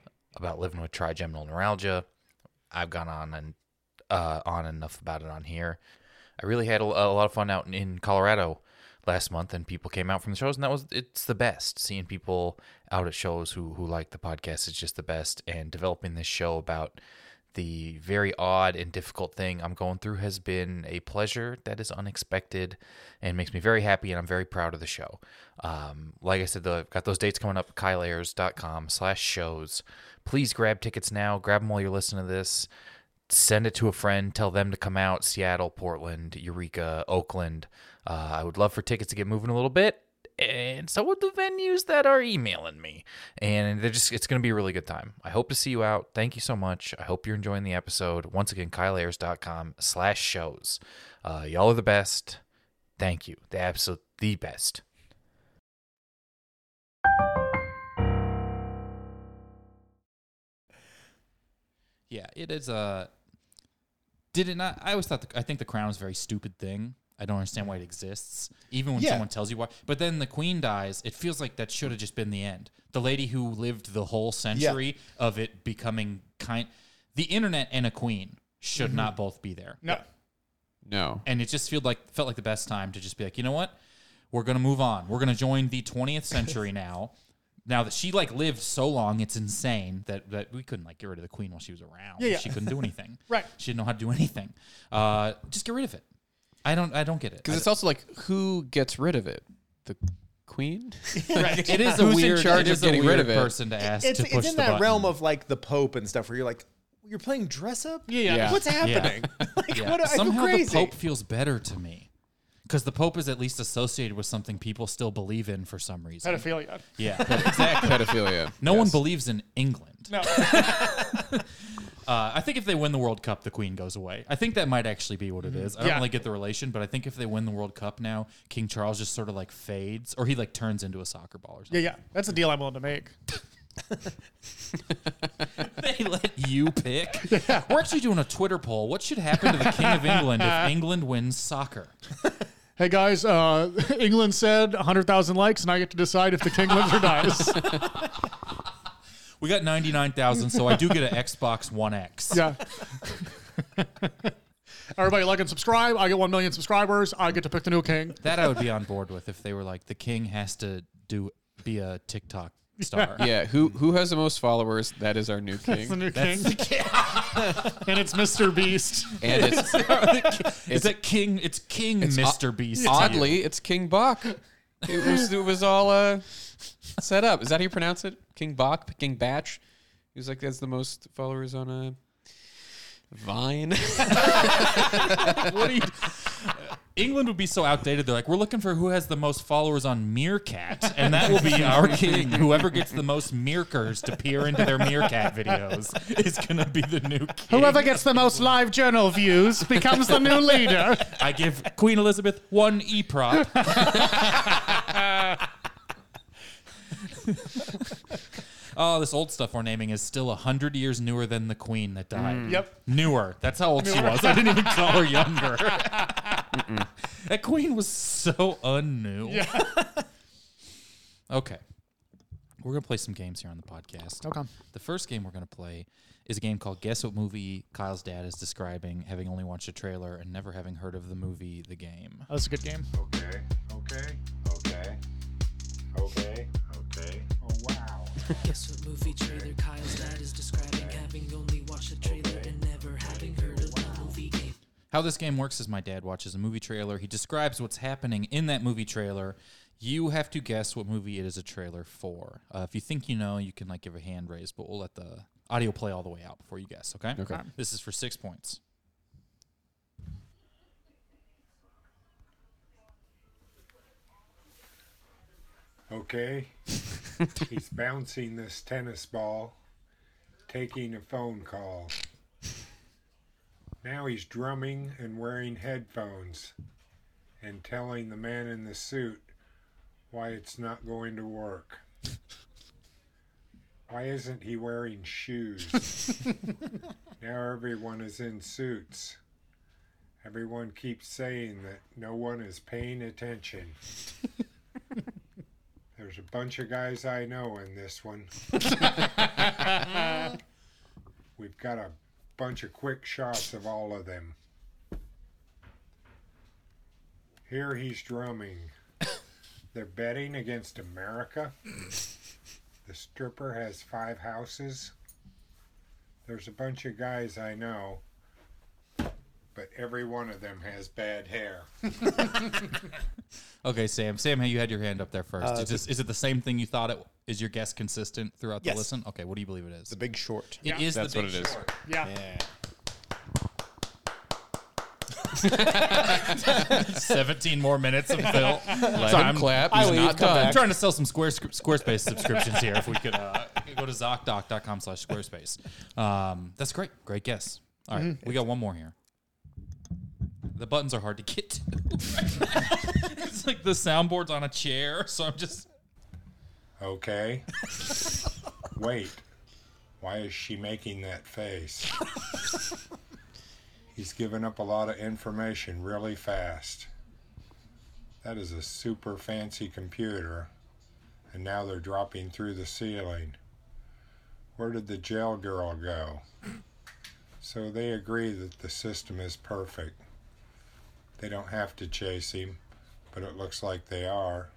Speaker 2: about living with trigeminal neuralgia. I've gone on and uh, on enough about it on here.
Speaker 7: I really had a, a lot of fun out in, in Colorado last month, and people came out from the shows, and that was it's the best. Seeing people out at shows who who like the podcast is just the best, and developing this show about the very odd and difficult thing I'm going through has been a pleasure that is unexpected and makes me very happy, and I'm very proud of the show. Um, like I said, though, I've got those dates coming up, kyleayers.com slash shows. Please grab tickets now. Grab them while you're listening to this. Send it to a friend. Tell them to come out. Seattle, Portland, Eureka, Oakland. Uh, I would love for tickets to get moving a little bit and so would the venues that are emailing me. And they're just it's gonna be a really good time. I hope to see you out. Thank you so much. I hope you're enjoying the episode. Once again, kyleayers.com slash shows. Uh, y'all are the best. Thank you. The absolute the best.
Speaker 2: Yeah, it is a. Did it not? I always thought. The, I think the crown is a very stupid thing. I don't understand why it exists, even when
Speaker 4: Yeah.
Speaker 2: someone tells you why. But then the queen dies. It feels like that should have just been the end. The lady who lived the whole century of it becoming kind. The internet and a queen should
Speaker 7: Mm-hmm.
Speaker 2: not both be there.
Speaker 3: No,
Speaker 5: No.
Speaker 2: And it just felt like felt like the best time to just be like, you know what? We're gonna move on. We're gonna join the 20th century now. Now that she like lived so long, it's insane that, that we couldn't like get rid of the queen while she was around.
Speaker 3: Yeah, yeah.
Speaker 2: She couldn't do anything.
Speaker 3: Right.
Speaker 2: She didn't know how to do anything. Uh, just get rid of it. I don't. I don't get it.
Speaker 5: Because it's also like, who gets rid of it? The queen?
Speaker 2: Right. It is a
Speaker 5: Who's in
Speaker 2: weird.
Speaker 5: charge
Speaker 2: it
Speaker 5: of
Speaker 2: is a
Speaker 5: getting rid
Speaker 2: weird
Speaker 5: of it?
Speaker 2: person to ask
Speaker 4: It's
Speaker 2: to push
Speaker 4: it's in
Speaker 2: the
Speaker 4: that
Speaker 2: button.
Speaker 4: realm of like the Pope and stuff where you're like, you're playing dress up.
Speaker 3: yeah.
Speaker 5: Yeah.
Speaker 4: What's happening? Like,
Speaker 2: Yeah.
Speaker 4: what? I feel
Speaker 2: Somehow
Speaker 4: crazy.
Speaker 2: the Pope feels better to me because the Pope is at least associated with something people still believe in for some reason.
Speaker 3: pedophilia.
Speaker 2: Yeah, exactly.
Speaker 5: Pedophilia.
Speaker 2: No one believes in England.
Speaker 3: No,
Speaker 2: Uh, I think if they win the World Cup, the Queen goes away. I think that might actually be what it is. I don't
Speaker 3: Mm-hmm. Yeah.
Speaker 2: really get the relation, but I think if they win the World Cup now, King Charles just sort of like fades, or he like turns into a soccer ball or
Speaker 3: yeah,
Speaker 2: something.
Speaker 3: yeah. That's a deal I'm willing to make.
Speaker 2: they let you pick. We're actually doing a Twitter poll. What should happen to the King of England if England wins soccer?
Speaker 3: Hey guys, uh, England said 100,000 likes, and I get to decide if the king lives or dies.
Speaker 2: We got 99,000, so I do get an Xbox One X.
Speaker 3: Yeah. Everybody like and subscribe. I get 1 million subscribers. I get to pick the new king.
Speaker 2: That uh, I would be on board with if they were like, the king has to do be a TikTok star.
Speaker 5: Yeah. Who who has the most followers? That is our new
Speaker 3: It's the
Speaker 5: king.
Speaker 3: new king. and it's Mr. Beast.
Speaker 5: and it's
Speaker 2: It's a king. It's King
Speaker 5: It's
Speaker 2: Mr. Beast. to you.
Speaker 5: oddly, it's King Bach. It was, it was all uh, set up. Is that how you pronounce it? King Bach, King Batch. He was like, that's the most followers on uh, Vine.
Speaker 2: What do you? England would be so outdated. They're like, we're looking for who has the most followers on Meerkat, and that will be our king. Whoever gets the most meerkers to peer into their meerkat videos is gonna be the new king.
Speaker 3: Whoever gets the most live journal views becomes the new leader.
Speaker 2: I give Queen Elizabeth one e prop. oh, this old stuff we're naming is still a hundred years newer than the Queen that died.
Speaker 3: Yep.
Speaker 2: newer. That's how old she was. I didn't even call her younger. that Queen was so unnew. okay, we're gonna play some games here on the podcast.
Speaker 3: Okay.
Speaker 2: The first game we're going to play is a game called Guess What Movie Kyle's dad is describing, having only watched a trailer and never having heard of the movie The Game.
Speaker 3: That's a good game.
Speaker 8: Okay, okay, okay, okay, okay. Oh wow.
Speaker 9: Guess what movie trailer Kyle's dad is describing having only watched a trailer and never having heard of the movie game.
Speaker 2: How this game works is my dad watches a movie trailer. He describes what's happening in that movie trailer. You have to guess what movie it is a trailer for. Uh, if you think you know, you can like give a hand raise, but we'll let the audio play all the way out before you guess. Okay. Okay. This is for six points.
Speaker 8: Okay. He's bouncing this tennis ball, taking a phone call. Now he's drumming and wearing headphones and telling the man in the suit why it's not going to work. Why isn't he wearing shoes? now everyone is in suits. Everyone keeps saying that no one is paying attention. There's a bunch of guys I know in this one. We've got a bunch of quick shots of all of them. Here he's drumming. They're betting against America. The stripper has five houses. There's a bunch of guys I know, but every one of them has bad hair.
Speaker 2: Okay, Sam. Sam, hey, you had your hand up there first. is, this, is it the same thing you thought it is? Your guess consistent throughout
Speaker 4: Yes.
Speaker 2: the listen? Okay, what do you believe it is?
Speaker 4: The Big Short.
Speaker 2: It is
Speaker 5: That's
Speaker 2: the
Speaker 5: what it is.
Speaker 3: Yeah.
Speaker 2: Seventeen more minutes of Phil. Let
Speaker 5: him clap. He's
Speaker 2: not
Speaker 4: come
Speaker 2: done.
Speaker 4: back.
Speaker 2: I'm trying to sell some Square, Squarespace subscriptions here. If we could uh, go to zocdoc.com slash Squarespace. Um, that's great. Great guess. All right, we got one more here. The buttons are hard to get to. it's like the soundboard's on a chair, so I'm just.
Speaker 8: Okay. Wait. Why is she making that face? He's given up a lot of information really fast. That is a super fancy computer, and now they're dropping through the ceiling. Where did the jail girl go? So they agree that the system is perfect. They don't have to chase him, but it looks like they are.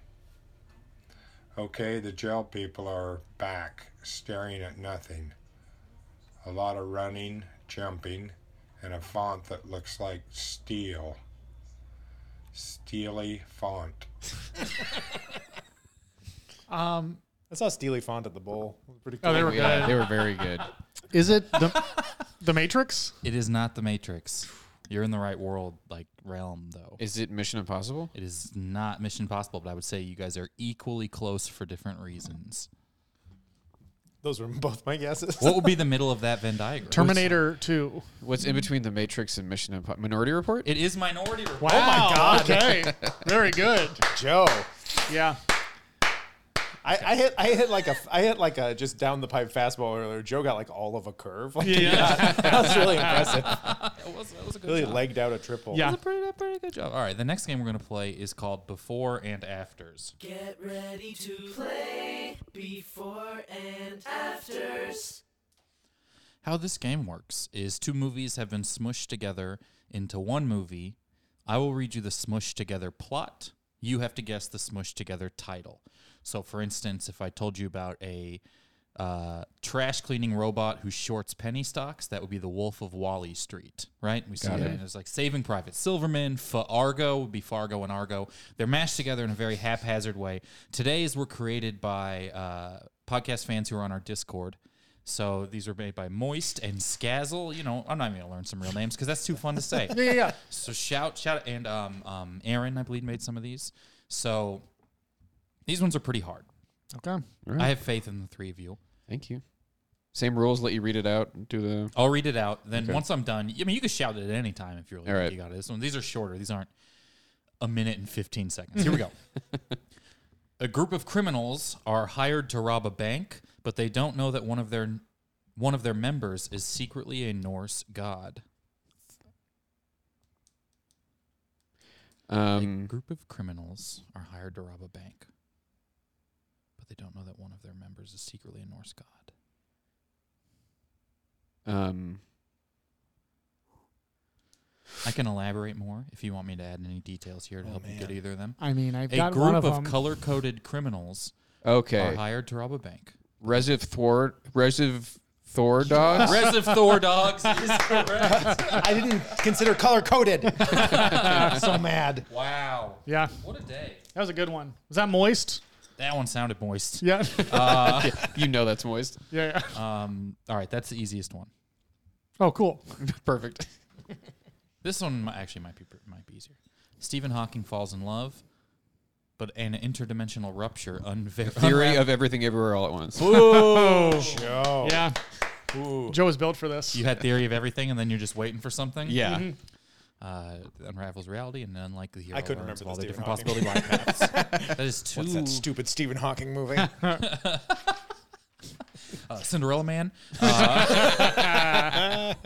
Speaker 8: Okay, the jail people are back, staring at nothing. A lot of running, jumping, and a font that looks like steel. Steely font.
Speaker 4: I saw Steely Font at the bowl. Pretty cool.
Speaker 3: Oh, they were
Speaker 5: Yeah,
Speaker 3: good.
Speaker 5: they were very good.
Speaker 3: Is it the, the Matrix?
Speaker 2: It is not the Matrix. You're in the right world, like realm, though.
Speaker 5: Is it Mission Impossible?
Speaker 2: It is not Mission Impossible, but I would say you guys are equally close for different reasons.
Speaker 4: Those were both my guesses.
Speaker 2: What would be the middle of that Venn diagram?
Speaker 3: Terminator 2.
Speaker 5: What's in between The Matrix and Mission Impossible? Minority Report?
Speaker 2: It is Minority Report.
Speaker 3: Wow. Okay. Very good.
Speaker 4: Joe.
Speaker 3: Yeah.
Speaker 4: I, I hit I hit like a I hit like a just down the pipe fastball earlier. Joe got like all of a curve. Like,
Speaker 3: Yeah.
Speaker 4: that was really impressive.
Speaker 2: That was a good
Speaker 4: Really
Speaker 2: job.
Speaker 4: legged out a triple.
Speaker 3: Yeah.
Speaker 2: That was a pretty, a pretty good job. All right, the next game we're going to play is called Before and Afters.
Speaker 9: Get ready to play before and afters.
Speaker 2: How this game works is two movies have been smushed together into one movie. I will read you the smushed together plot. You have to guess the smushed together title. So, for instance, if I told you about a uh, trash cleaning robot who shorts penny stocks, that would be the Wolf of Wally Street, right? We see that. And it's like Saving Private Silverman, Fargo would be Fargo and Argo. They're mashed together in a very haphazard way. Today's were created by uh, podcast fans who are on our Discord. So these were made by Moist and Scazzle. You know, I'm not even gonna learn some real names because that's too fun to say.
Speaker 3: Yeah, yeah.
Speaker 2: So shout, shout, and um, um, Aaron, I believe, made some of these. So these ones are pretty hard.
Speaker 3: Okay.
Speaker 2: I have faith in the three of you.
Speaker 5: Thank you. Same rules, let you read it out, do the
Speaker 2: I'll read it out. Then once I'm done, I mean, you can shout it at any time if you're like,
Speaker 5: All right.
Speaker 2: you got it. This one, these are shorter. These aren't a minute and 15 seconds. Here we go. a group of criminals are hired to rob a bank, but they don't know that one of their one of their members is secretly a Norse god. a
Speaker 5: um,
Speaker 2: group of criminals are hired to rob a bank, but they don't know that one of their members is secretly a Norse god.
Speaker 5: um
Speaker 2: I can elaborate more if you want me to add any details here to help you get either of them.
Speaker 3: Oh, I mean, I've
Speaker 2: A
Speaker 3: got
Speaker 2: group
Speaker 3: one of,
Speaker 2: of,
Speaker 3: them.
Speaker 2: color coded criminals are
Speaker 5: Okay.
Speaker 2: hired to rob a bank.
Speaker 5: Resiv Thor Resiv Thor dogs?
Speaker 2: Resiv Thor dogs is correct.
Speaker 4: I didn't consider color coded. I'm so mad.
Speaker 2: Wow.
Speaker 3: yeah.
Speaker 2: What a day.
Speaker 3: That was a good one. Was that moist?
Speaker 2: That one sounded moist.
Speaker 3: Yeah.
Speaker 5: Uh.
Speaker 3: Uh,
Speaker 5: you know that's moist.
Speaker 3: yeah.
Speaker 2: Um, all right, that's the easiest one.
Speaker 3: Oh, cool.
Speaker 5: Perfect.
Speaker 2: This one mi- actually might be pr- might be easier. Stephen Hawking falls in love, but an interdimensional rupture unveils.
Speaker 5: Theory of everything everywhere all at once.
Speaker 4: Joe.
Speaker 3: Yeah. Joe was built for this.
Speaker 2: you had theory of everything, and then you're just waiting for something.
Speaker 5: Yeah.
Speaker 2: Uh, unravels reality and an unlikely hero.
Speaker 4: I couldn't
Speaker 2: learns
Speaker 4: remember
Speaker 2: of all the
Speaker 4: the
Speaker 2: different
Speaker 4: Stephen
Speaker 2: possibility life paths. That is too.
Speaker 4: What's that stupid Stephen Hawking movie?
Speaker 2: uh, Cinderella Man. Uh,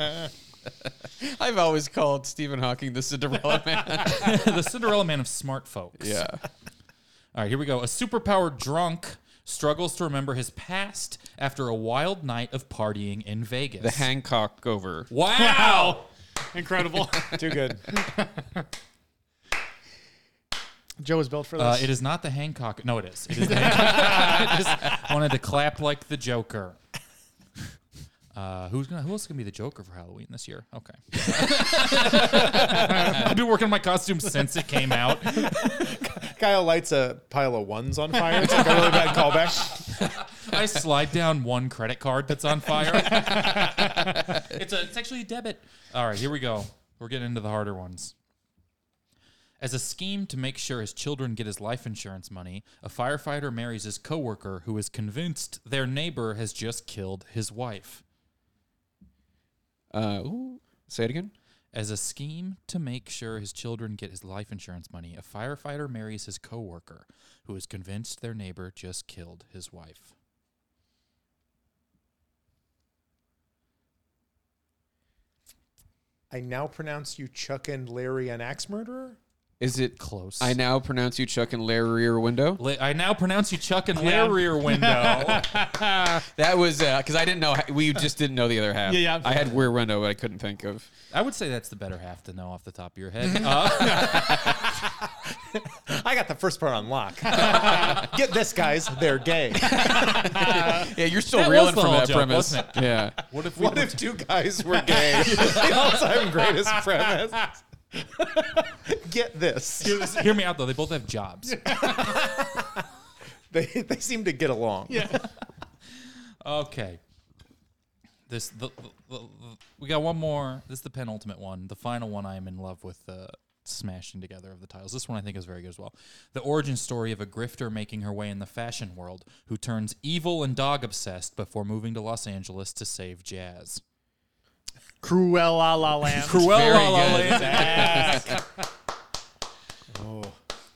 Speaker 5: I've always called Stephen Hawking the Cinderella man.
Speaker 2: the Cinderella Man of smart folks.
Speaker 5: yeah.
Speaker 2: All right, here we go. A superpowered drunk struggles to remember his past after a wild night of partying in Vegas.
Speaker 5: The Hancock over.
Speaker 2: Wow.
Speaker 3: Incredible.
Speaker 4: Too good.
Speaker 3: Joe is built for this.
Speaker 2: Uh, it is not the Hancock. No, it is. It is the Hancock. I just wanted to clap like the Joker. Uh, who's gonna? Who else is gonna be the Joker for Halloween this year? Okay. I've been working on my costume since it came out.
Speaker 4: Kyle lights a pile of ones on fire. It's like a really bad callback.
Speaker 2: I slide down one credit card that's on fire. it's a, it's actually a debit. All right, here we go. We're getting into the harder ones. As a scheme to make sure his children get his life insurance money, a firefighter marries his coworker who is convinced their neighbor has just killed his wife.
Speaker 5: Uh, ooh, say it again.
Speaker 2: As a scheme to make sure his children get his life insurance money, a firefighter marries his coworker who is convinced their neighbor just killed his wife.
Speaker 4: I now pronounce you Chuck and Larry an axe murderer.
Speaker 5: Is it
Speaker 2: Close.
Speaker 5: I now pronounce you Chuck and Larry Rear Window.
Speaker 2: La- I now pronounce you Chuck and Larry Rear Window.
Speaker 5: That was because I didn't know we just didn't know the other half.
Speaker 3: Yeah, yeah.
Speaker 5: I had Rear Window, but I couldn't think of.
Speaker 2: I would say that's the better half to know off the top of your head. Uh,
Speaker 4: I got the first part on lock. Get this, guys. They're gay.
Speaker 5: Yeah, you're still
Speaker 2: That was
Speaker 5: reeling
Speaker 2: the
Speaker 5: from
Speaker 2: whole
Speaker 5: that
Speaker 2: joke,
Speaker 5: premise.
Speaker 2: wasn't
Speaker 5: Yeah.
Speaker 2: what if we
Speaker 4: What
Speaker 2: were
Speaker 4: if two guys were gay? the all-time greatest premise. Get this.
Speaker 2: Hear this- hear me out though. They both have jobs.
Speaker 4: They, they seem to get along.
Speaker 2: Okay. This the, the- the- we got one more. This is the penultimate one. The final one I am in love with the smashing together of the titles. This one I think is very good as well. The origin story of a grifter making her way in the fashion world who turns evil and dog obsessed before moving to Los Angeles to save jazz.
Speaker 3: Cruel La La Land.
Speaker 2: Cruella
Speaker 5: very
Speaker 2: La La
Speaker 5: good.
Speaker 2: Land. Oh.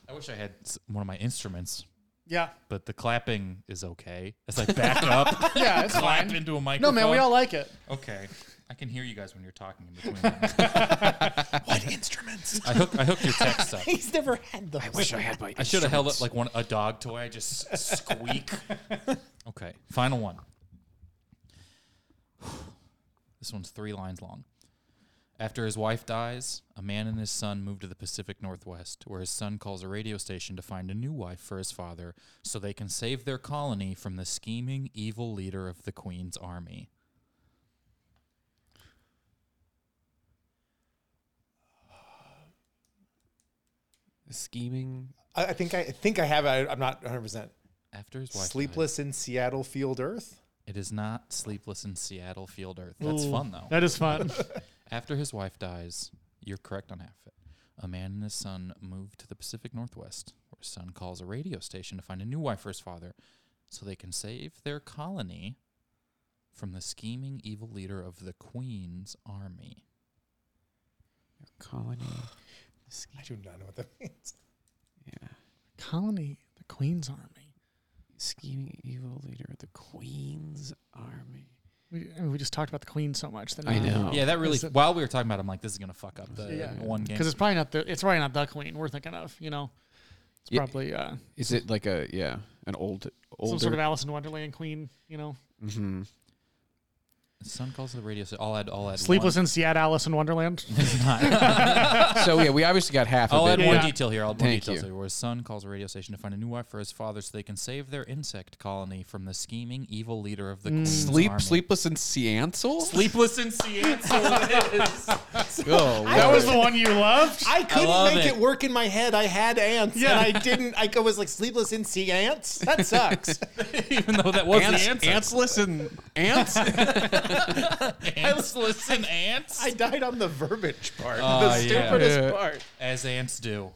Speaker 2: I wish I had s- one of my instruments,
Speaker 3: Yeah.
Speaker 2: but the clapping is okay. As I back up,
Speaker 3: Yeah, it's
Speaker 2: clap
Speaker 3: fine.
Speaker 2: into a
Speaker 3: No,
Speaker 2: microphone.
Speaker 3: Oh, man, we all like it.
Speaker 2: Okay. I can hear you guys when you're talking in between. what instruments? I hook I hook your text up.
Speaker 4: He's never had those.
Speaker 6: I had my.
Speaker 2: I should have held up like one a dog toy. I just s- squeak. okay, final one. This one's three lines long. After his wife dies, a man and his son move to the Pacific Northwest, where his son calls a radio station to find a new wife for his father so they can save their colony from the scheming, evil leader of the Queen's army.
Speaker 5: Scheming.
Speaker 4: I, I think I, I think I have. it. I, I'm not 100. percent
Speaker 2: After his wife dies-
Speaker 4: Sleepless in Seattle Field Earth.
Speaker 2: It is not Sleepless in Seattle Field Earth. That's fun though.
Speaker 3: That is fun.
Speaker 2: After his wife dies, you're correct on half of it. A man and his son move to the Pacific Northwest, where his son calls a radio station to find a new wife for his father so they can save their colony from the scheming evil leader of the Queen's army.
Speaker 5: Colony.
Speaker 4: I do not know what that means.
Speaker 5: Yeah.
Speaker 3: Colony, the Queen's Army.
Speaker 5: Scheming evil leader of the Queen's army.
Speaker 3: We, I mean, we just talked about the Queen so much. That
Speaker 5: I know.
Speaker 2: Yeah, that really.
Speaker 3: Is it-
Speaker 2: While we were talking about, it, I'm like, this is gonna fuck up the one game.
Speaker 3: Because it's probably not the it's probably not the Queen we're thinking of. You know, it's
Speaker 5: Yeah.
Speaker 3: probably uh,
Speaker 5: Is it like a yeah an old older?
Speaker 3: some sort of Alice in Wonderland Queen. You know,
Speaker 5: hmm
Speaker 2: His son calls the radio. So I'll add. I'll add.
Speaker 3: Sleepless
Speaker 2: One,
Speaker 3: in Seattle, Alice in Wonderland.
Speaker 5: so yeah, we obviously got half
Speaker 2: I'll
Speaker 5: of
Speaker 2: add
Speaker 5: it.
Speaker 2: one
Speaker 3: Yeah.
Speaker 2: detail here. I'll add one
Speaker 5: Thank
Speaker 2: detail
Speaker 5: you.
Speaker 2: here, where his son calls a radio station to find a new wife for his father so they can save their insect colony from the scheming evil leader of the
Speaker 3: Mm.
Speaker 2: Queen's
Speaker 5: Sleep,
Speaker 2: army.
Speaker 5: sleepless in Seattle.
Speaker 2: Sleepless in Seattle.
Speaker 5: Oh,
Speaker 3: that was the one you loved.
Speaker 4: I couldn't
Speaker 2: love
Speaker 4: make
Speaker 2: it.
Speaker 4: it. work in my head. I had ants,
Speaker 3: Yeah.
Speaker 4: and I didn't. I was like sleepless in sea ants. That sucks.
Speaker 2: Even though that was
Speaker 5: ants,
Speaker 2: the answer.
Speaker 5: antsless and ants.
Speaker 2: Ants listen ants.
Speaker 4: I died on the verbiage part.
Speaker 2: Oh,
Speaker 4: the
Speaker 2: yeah.
Speaker 4: stupidest
Speaker 5: Uh, Yeah.
Speaker 4: part.
Speaker 2: As ants do.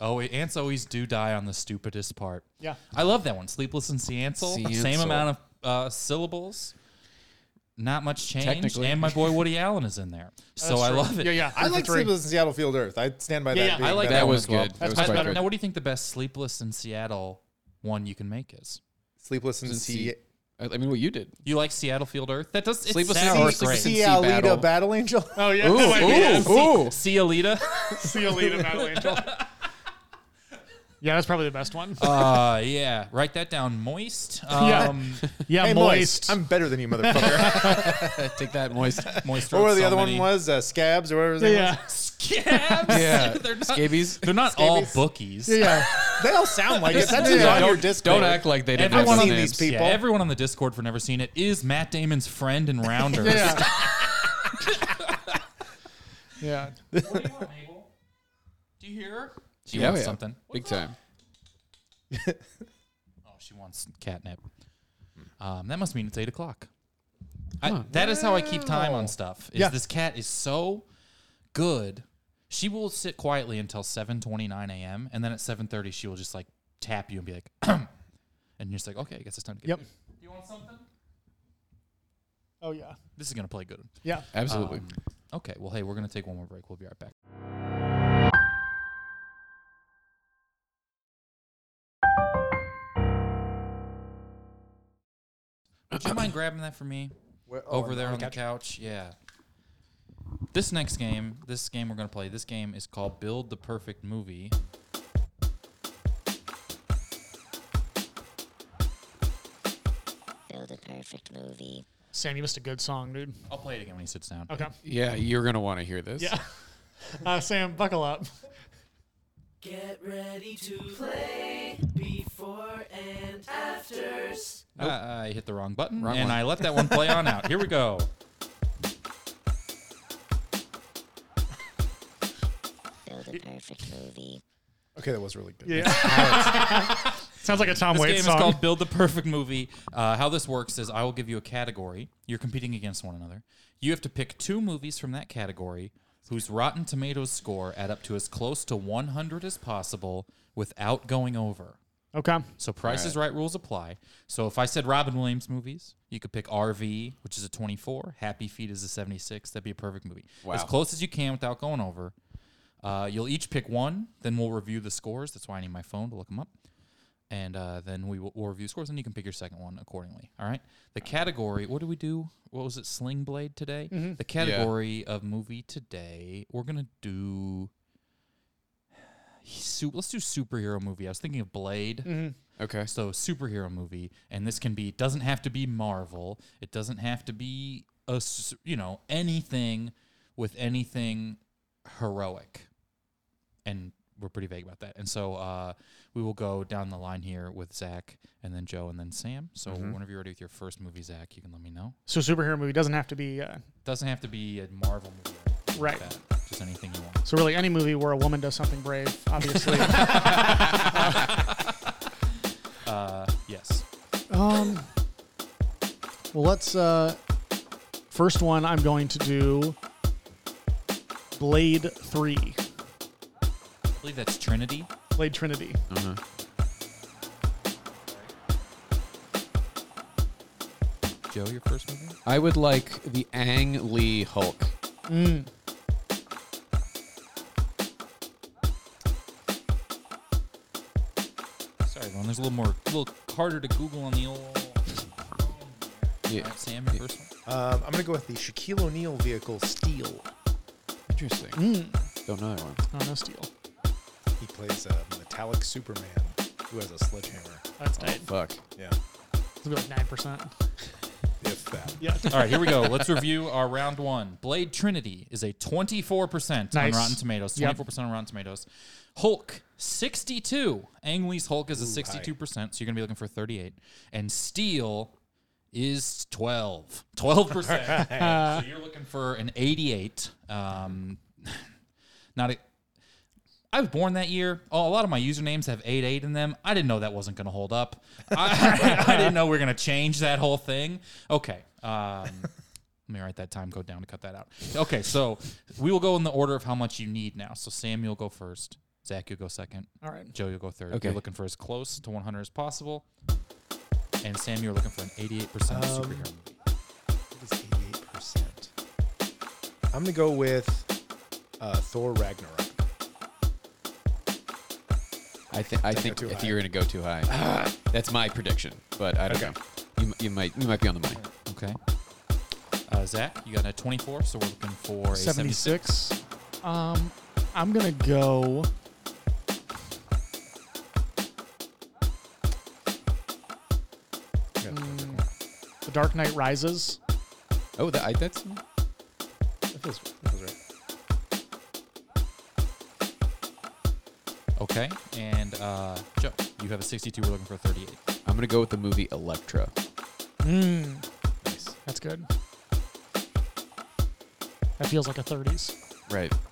Speaker 2: Oh, ants always do die on the stupidest part.
Speaker 3: Mm-hmm. Yeah.
Speaker 2: I love that one. Sleepless in Seattle. Same
Speaker 5: Seattle.
Speaker 2: amount of uh, syllables. Not much change.
Speaker 5: Technically.
Speaker 2: And my boy Woody Allen is in there. So
Speaker 3: That's
Speaker 2: Oh, I
Speaker 3: true.
Speaker 2: love it.
Speaker 3: Yeah, yeah.
Speaker 4: I
Speaker 3: three for
Speaker 4: like
Speaker 3: three.
Speaker 4: sleepless in Seattle Field Earth. I stand by that.
Speaker 3: yeah, I
Speaker 4: being
Speaker 3: like
Speaker 4: better.
Speaker 5: that
Speaker 2: one
Speaker 5: was
Speaker 2: as well.
Speaker 5: good.
Speaker 3: That's
Speaker 5: That was
Speaker 3: much
Speaker 5: quite
Speaker 3: better.
Speaker 5: good.
Speaker 2: Now, what do you think the best Sleepless in Seattle one you can make is?
Speaker 4: sleepless in
Speaker 5: In
Speaker 4: sea.
Speaker 5: sea- I I mean, what you did.
Speaker 2: You like Seattle Field Earth? That does it
Speaker 5: Sleepless in
Speaker 2: sounds
Speaker 5: Seattle.
Speaker 2: great.
Speaker 5: Sleepless in
Speaker 2: Sea
Speaker 4: Sea
Speaker 5: sea battle.
Speaker 4: Alita Battle Angel.
Speaker 3: Oh yeah.
Speaker 5: Ooh,
Speaker 3: That might be it.
Speaker 5: ooh, ooh.
Speaker 2: Alita.
Speaker 3: See you later, Battle Angel. Yeah, that's probably the best one.
Speaker 5: Um,
Speaker 2: uh, yeah. Write that down. Moist.
Speaker 3: Yeah.
Speaker 2: Um,
Speaker 3: yeah,
Speaker 4: Hey,
Speaker 3: moist.
Speaker 4: moist. I'm better than you, motherfucker.
Speaker 5: Take that, moist.
Speaker 2: Moist.
Speaker 4: or
Speaker 2: wrote
Speaker 4: the
Speaker 2: so
Speaker 4: other
Speaker 2: many.
Speaker 4: one was uh, scabs or whatever. His name
Speaker 3: yeah.
Speaker 4: was.
Speaker 2: scabs.
Speaker 5: Yeah.
Speaker 2: they're not.
Speaker 5: Scabies.
Speaker 2: They're not all bookies.
Speaker 4: Yeah, they all sound like it. That's
Speaker 5: Yeah,
Speaker 4: yeah, on your
Speaker 5: don't,
Speaker 4: Discord.
Speaker 5: don't act like they didn't have
Speaker 2: Everyone
Speaker 4: I've
Speaker 5: those
Speaker 2: on
Speaker 4: seen these
Speaker 5: names.
Speaker 4: people.
Speaker 2: Yeah, everyone on the Discord for Never Seen It is Matt Damon's friend and rounder.
Speaker 3: Yeah. yeah.
Speaker 2: Do you hear her? She
Speaker 5: Yeah,
Speaker 2: wants
Speaker 5: yeah.
Speaker 2: something.
Speaker 5: Big time.
Speaker 2: Oh, she wants catnip. Um, that must mean it's eight o'clock. I, that is how I keep time on stuff. Is
Speaker 4: Yeah.
Speaker 2: this cat is so good? She will sit quietly until seven twenty nine a.m. and then at seven thirty she will just like tap you and be like, and you're just like, okay, I guess it's time to get.
Speaker 4: Yep.
Speaker 2: up." Do you want something?
Speaker 3: Oh, yeah.
Speaker 2: This is gonna play good.
Speaker 3: Yeah.
Speaker 5: Absolutely.
Speaker 2: Um, okay. Well, hey, we're gonna take one more break. We'll be right back. Would you mind grabbing that for me?
Speaker 5: oh,
Speaker 2: Over there on the couch. Yeah. This next game, this game we're gonna play. This game is called Build the Perfect Movie.
Speaker 10: Build a perfect movie.
Speaker 3: Sam, you missed a good song, dude.
Speaker 2: I'll play it again when he sits down.
Speaker 3: Okay.
Speaker 5: yeah, you're going to want to hear this.
Speaker 3: Yeah. Uh, Sam, buckle up.
Speaker 9: Get ready to play before and afters.
Speaker 2: Uh, I hit the wrong button,
Speaker 5: Wrong
Speaker 2: and
Speaker 5: one.
Speaker 2: I let that one play on out. Here we go.
Speaker 10: Build a perfect movie.
Speaker 4: Okay, that was really good.
Speaker 3: Sounds like a Tom
Speaker 2: This game
Speaker 3: Waits
Speaker 2: is
Speaker 3: song.
Speaker 2: called Build the Perfect Movie. Uh, how this works is I will give you a category. You're competing against one another. You have to pick two movies from that category whose Rotten Tomatoes score add up to as close to 100 as possible without going over.
Speaker 3: okay.
Speaker 2: So Price is Right rules apply. So if I said Robin Williams movies, you could pick RV, which is a 24. Happy Feet is a 76. That'd be a perfect movie. As
Speaker 5: Wow.
Speaker 2: close as you can without going over. Uh, you'll each pick one. Then we'll review the scores. That's why I need my phone to look them up. And uh, then we will we'll review scores, and you can pick your second one accordingly. All right. The category. What do we do? What was it? Sling Blade today. The category of movie today. We're gonna do. Su- let's do superhero movie. I was thinking of Blade.
Speaker 5: Okay.
Speaker 2: So superhero movie, and this can be doesn't have to be Marvel. It doesn't have to be a s- you know anything with anything heroic, and we're pretty vague about that. And so uh, we will go down the line here with Zach, and then Joe, and then Sam. So whenever you're ready with your first movie, Zach, you can let me know.
Speaker 3: So, superhero movie doesn't have to be. Uh,
Speaker 2: Doesn't have to be a Marvel movie, or anything
Speaker 3: Right.
Speaker 2: like that. Just anything you want.
Speaker 3: so, really, any movie where a woman does something brave, obviously.
Speaker 2: Uh, yes.
Speaker 3: um, well, let's. Uh, first one, I'm going to do Blade 3,
Speaker 2: I believe that's Trinity.
Speaker 3: Blade Trinity.
Speaker 2: Joe, your first movie.
Speaker 5: I would like the Ang Lee Hulk.
Speaker 2: Sorry, everyone. There's a little more, a little harder to Google on the old.
Speaker 5: Yeah.
Speaker 2: All right, Sam, your first one.
Speaker 4: Um, I'm gonna go with the Shaquille O'Neal vehicle Steel.
Speaker 5: Interesting. Don't know that one.
Speaker 3: Oh, no steal.
Speaker 4: He plays a metallic Superman who has a sledgehammer.
Speaker 3: That's tight.
Speaker 5: Fuck.
Speaker 4: Yeah,
Speaker 3: It's about like 9%.
Speaker 4: if that.
Speaker 3: Yeah.
Speaker 2: All right, here we go. Let's review our round one. Blade Trinity is a 24% on
Speaker 3: Nice.
Speaker 2: Rotten Tomatoes. 24%
Speaker 3: Yep.
Speaker 2: on Rotten Tomatoes. Hulk, 62. Ang Lee's Hulk is a 62%, so you're going to be looking for 38. And Steel is 12. 12%. so you're looking for an 88. Um, not a... I was born that year. Oh, a lot of my usernames have 88 in them. I didn't know that wasn't going to hold up. I, I didn't know we were going to change that whole thing. Okay. Um, let me write that time code down to cut that out. Okay, so we will go in the order of how much you need now. So Sam, you'll go first. Zach, you'll go second.
Speaker 3: All right.
Speaker 2: Joe, you'll go third.
Speaker 5: Okay.
Speaker 2: You're looking for as close to 100 as possible. And Sam, you're looking for an 88% superhero movie.
Speaker 4: What is 88 percent? I'm gonna go with uh, Thor Ragnarok.
Speaker 5: I, th- I
Speaker 4: Don't go
Speaker 5: think
Speaker 4: too
Speaker 5: if
Speaker 4: high.
Speaker 5: you're going to go too high, that's my prediction. But I don't
Speaker 4: Okay.
Speaker 5: know. You, m- you might you might be on the money.
Speaker 2: Okay. Uh, Zach, you got a 24, so we're looking for a 76.
Speaker 3: 76. Um, I'm going to go.
Speaker 4: Yeah, perfect one.
Speaker 3: Hmm, The Dark Knight Rises.
Speaker 5: Oh, that I, that's
Speaker 4: That feels, that feels right.
Speaker 2: Okay. And uh, Joe, you have a 62. We're looking for a 38.
Speaker 5: I'm gonna go with the movie Electra.
Speaker 3: Mm,
Speaker 5: Nice.
Speaker 3: that's good. That feels like a 30s.
Speaker 5: Right.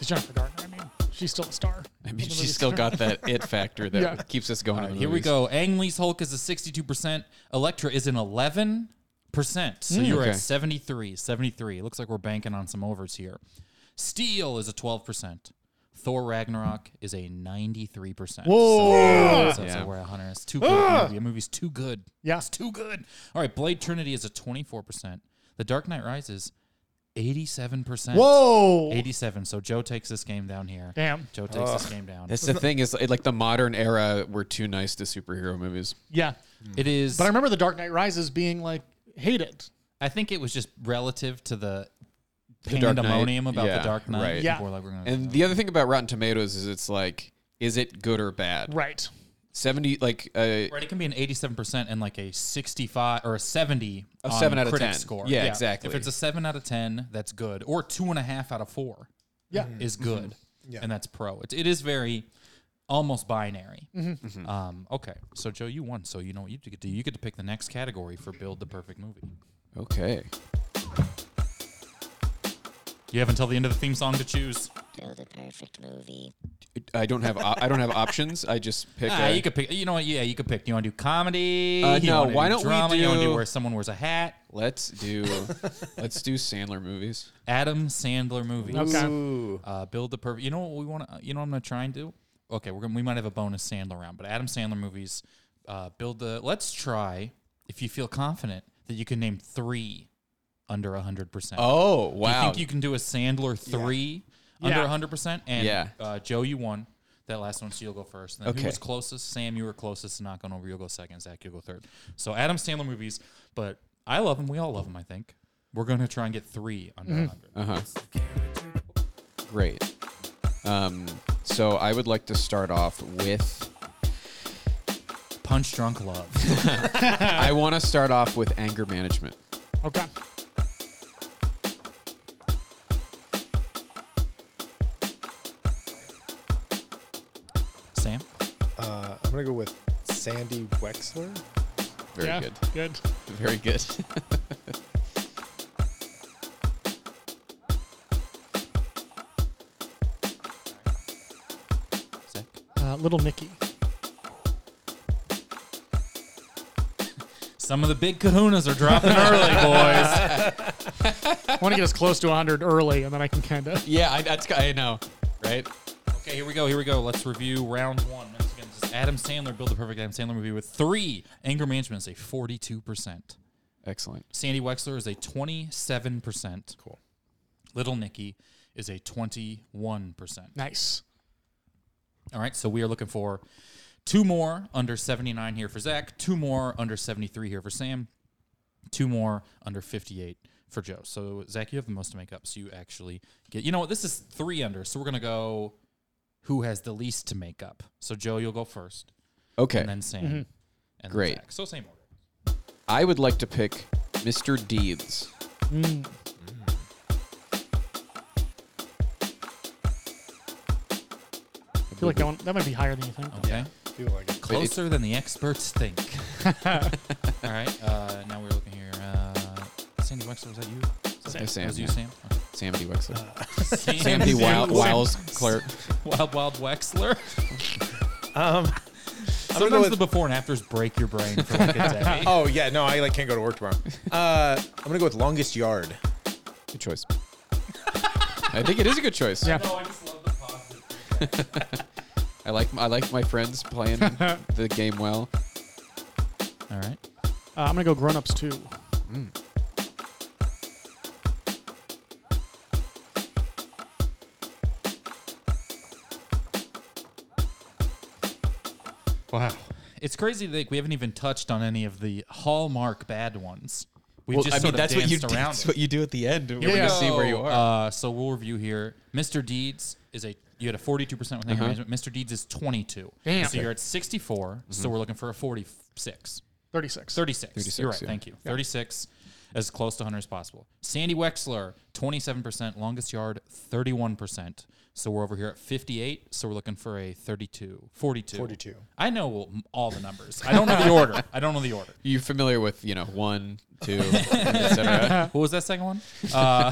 Speaker 3: It's Jennifer Gardner. I mean, she's still a star.
Speaker 5: I
Speaker 3: in the
Speaker 5: mean,
Speaker 3: movie
Speaker 5: she's still
Speaker 3: star.
Speaker 5: got that it factor that
Speaker 3: Yeah.
Speaker 5: keeps us going. in the
Speaker 2: Here we
Speaker 5: movies.
Speaker 2: go. Ang Lee's Hulk is a 62%. Electra is an 11%.
Speaker 3: Hmm.
Speaker 2: So you're
Speaker 5: okay.
Speaker 2: at 73. 73. Looks like we're banking on some overs here. Steel is a 12%. Thor Ragnarok is a 93%.
Speaker 3: Whoa. Ah!
Speaker 2: So, so
Speaker 5: Yeah.
Speaker 2: we're at 100. It's too good. of a movie. A movie's too good.
Speaker 3: Yeah.
Speaker 2: It's too good. All right. Blade Trinity is a 24%. The Dark Knight Rises, 87%.
Speaker 3: Whoa.
Speaker 2: 87. So Joe takes this game down here.
Speaker 3: Damn.
Speaker 2: Joe takes this game down.
Speaker 5: That's the thing is like the modern era. We're too nice to superhero movies.
Speaker 3: Yeah.
Speaker 2: It is.
Speaker 3: But I remember The Dark Knight Rises being like hated.
Speaker 2: I think it was just relative to the,
Speaker 5: The Dark Knight,
Speaker 2: pandemonium about
Speaker 5: yeah,
Speaker 2: the Dark Knight.
Speaker 5: right.
Speaker 2: people
Speaker 3: Yeah.
Speaker 2: were like, we're gonna-
Speaker 5: And the other thing about Rotten Tomatoes is it's like, is it good or bad?
Speaker 3: Right.
Speaker 5: Seventy like uh,
Speaker 2: right, it can be an eighty-seven percent and like a sixty-five or a seventy
Speaker 5: A
Speaker 2: on
Speaker 5: 7 out of
Speaker 2: critic
Speaker 5: 10.
Speaker 2: score.
Speaker 5: Yeah, exactly.
Speaker 2: If it's a seven out of ten, that's good, or two and a half out of four
Speaker 3: Yeah. Mm-hmm.
Speaker 2: is
Speaker 5: Mm-hmm.
Speaker 2: good, and that's pro. It, it is very almost binary.
Speaker 3: Mm-hmm.
Speaker 5: Mm-hmm.
Speaker 2: Um, okay, so Joe, you won, so you know what you get to do. You get to pick the next category for build the perfect movie.
Speaker 5: okay.
Speaker 2: You have until the end of the theme song to choose.
Speaker 10: Build the perfect movie.
Speaker 5: I don't have op- I don't have options. I just pick.
Speaker 2: Ah,
Speaker 5: a-
Speaker 2: you could pick. You know what? Yeah, you could pick. Do you want to do comedy?
Speaker 5: Uh,
Speaker 2: You
Speaker 5: no,
Speaker 2: wanna
Speaker 5: why don't we
Speaker 2: drama? You want to do
Speaker 5: do-
Speaker 2: where someone wears a hat?
Speaker 5: let's do let's do Sandler movies.
Speaker 2: Adam Sandler movies.
Speaker 3: Okay.
Speaker 2: Uh, build the perfect. You know what we want to. You know what I'm gonna try and do. Okay, we're gonna. We might have a bonus Sandler round, but Adam Sandler movies. Uh, build the. Let's try. If you feel confident that you can name three under hundred percent.
Speaker 5: Oh
Speaker 2: Do you
Speaker 5: wow!
Speaker 2: think you can do a Sandler three
Speaker 3: Yeah.
Speaker 2: under hundred percent? And
Speaker 5: Yeah.
Speaker 2: uh, Joe, you won that last one, so you'll go first. And then
Speaker 5: Okay.
Speaker 2: Who was closest? Sam, you were closest. Knock on over. You'll go second. Zach, you'll go third. So Adam Sandler movies, but I love them. We all love them. I think we're gonna try and get three under hundred.
Speaker 3: Mm-hmm.
Speaker 5: uh-huh. Great. Um, so I would like to start off with
Speaker 2: Punch drunk love.
Speaker 5: I want to start off with anger management.
Speaker 3: Okay.
Speaker 2: Sam,
Speaker 4: Uh, I'm gonna go with Sandy Wexler.
Speaker 5: Very
Speaker 3: yeah.
Speaker 5: good.
Speaker 3: Good.
Speaker 5: Very good.
Speaker 2: Zach,
Speaker 3: Uh, Little Nicky.
Speaker 2: some of the big Kahunas are dropping early, boys.
Speaker 3: I want to get as close to 100 early, and then I can kind of.
Speaker 5: yeah, I, that's I know, right?
Speaker 2: Okay, here we go. Here we go. Let's review round one. Once again, this is Adam Sandler build the perfect Adam Sandler movie with three. Anger management is a forty-two percent.
Speaker 5: Excellent.
Speaker 2: Sandy Wexler is a twenty-seven percent. Cool. Little Nicky is a twenty-one percent.
Speaker 3: Nice.
Speaker 2: All right, so we are looking for two more under seventy-nine here for Zach. Two more under seventy-three here for Sam. Two more under fifty-eight for Joe. So Zach, you have the most to make up. So you actually get. You know what? This is three under. So we're gonna go. Who has the least to make up? So Joe, you'll go first.
Speaker 5: Okay.
Speaker 2: and then Sam, and then
Speaker 5: Great.
Speaker 2: Zach. So same order.
Speaker 5: I would like to pick Mr. Deeds.
Speaker 3: I feel like that one that might be higher than you think. Uh, though.
Speaker 2: Okay, closer than the experts think. All right, uh, now we're looking here. Uh, Sandy Wexler, was that you? Was that-
Speaker 5: Sam.
Speaker 2: that was you,
Speaker 5: yeah.
Speaker 2: Sam?
Speaker 5: Sam D. Wexler.
Speaker 2: Okay.
Speaker 5: Sam D. Wi-
Speaker 2: Wild, Wild,
Speaker 5: Wiles Clark.
Speaker 2: Wild, Wexler.
Speaker 4: Um,
Speaker 2: Sometimes
Speaker 4: go with-
Speaker 2: the before and afters break your brain for like a day.
Speaker 4: oh yeah, no, I like can't go to work tomorrow. Uh, I'm gonna go with Longest Yard.
Speaker 5: Good choice. I think it is a good choice.
Speaker 3: Yeah.
Speaker 2: I just love the positive.
Speaker 5: I like I like my friends playing the game well.
Speaker 2: All right.
Speaker 3: Uh, I'm gonna go Grown Ups too.
Speaker 2: Wow. It's crazy that we haven't even touched on any of the hallmark bad ones. We've just sort of danced
Speaker 5: do,
Speaker 2: around
Speaker 5: that's
Speaker 2: it.
Speaker 5: what you do at the end. We're
Speaker 2: we
Speaker 5: gonna see where you
Speaker 2: go.
Speaker 5: are.
Speaker 2: Uh, so we'll review here. Mr. Deeds is a you had a forty two percent with anger
Speaker 5: Uh-huh.
Speaker 2: management. Mr. Deeds is twenty two.
Speaker 3: Damn.
Speaker 2: So you're at sixty
Speaker 5: Mm-hmm.
Speaker 2: So we're looking for a forty six.
Speaker 3: 36.
Speaker 2: 36.
Speaker 5: 36,
Speaker 2: You're right.
Speaker 5: yeah.
Speaker 2: Thank you. 36, as close to 100 as possible. Sandy Wexler, 27%. Longest yard, 31%. So we're over here at 58. So we're looking for a 32, 42.
Speaker 4: 42.
Speaker 2: I know all the numbers. I don't know the order. I don't know the order.
Speaker 5: You're familiar with, you know, one, two, et cetera.
Speaker 2: what was that second one? Uh,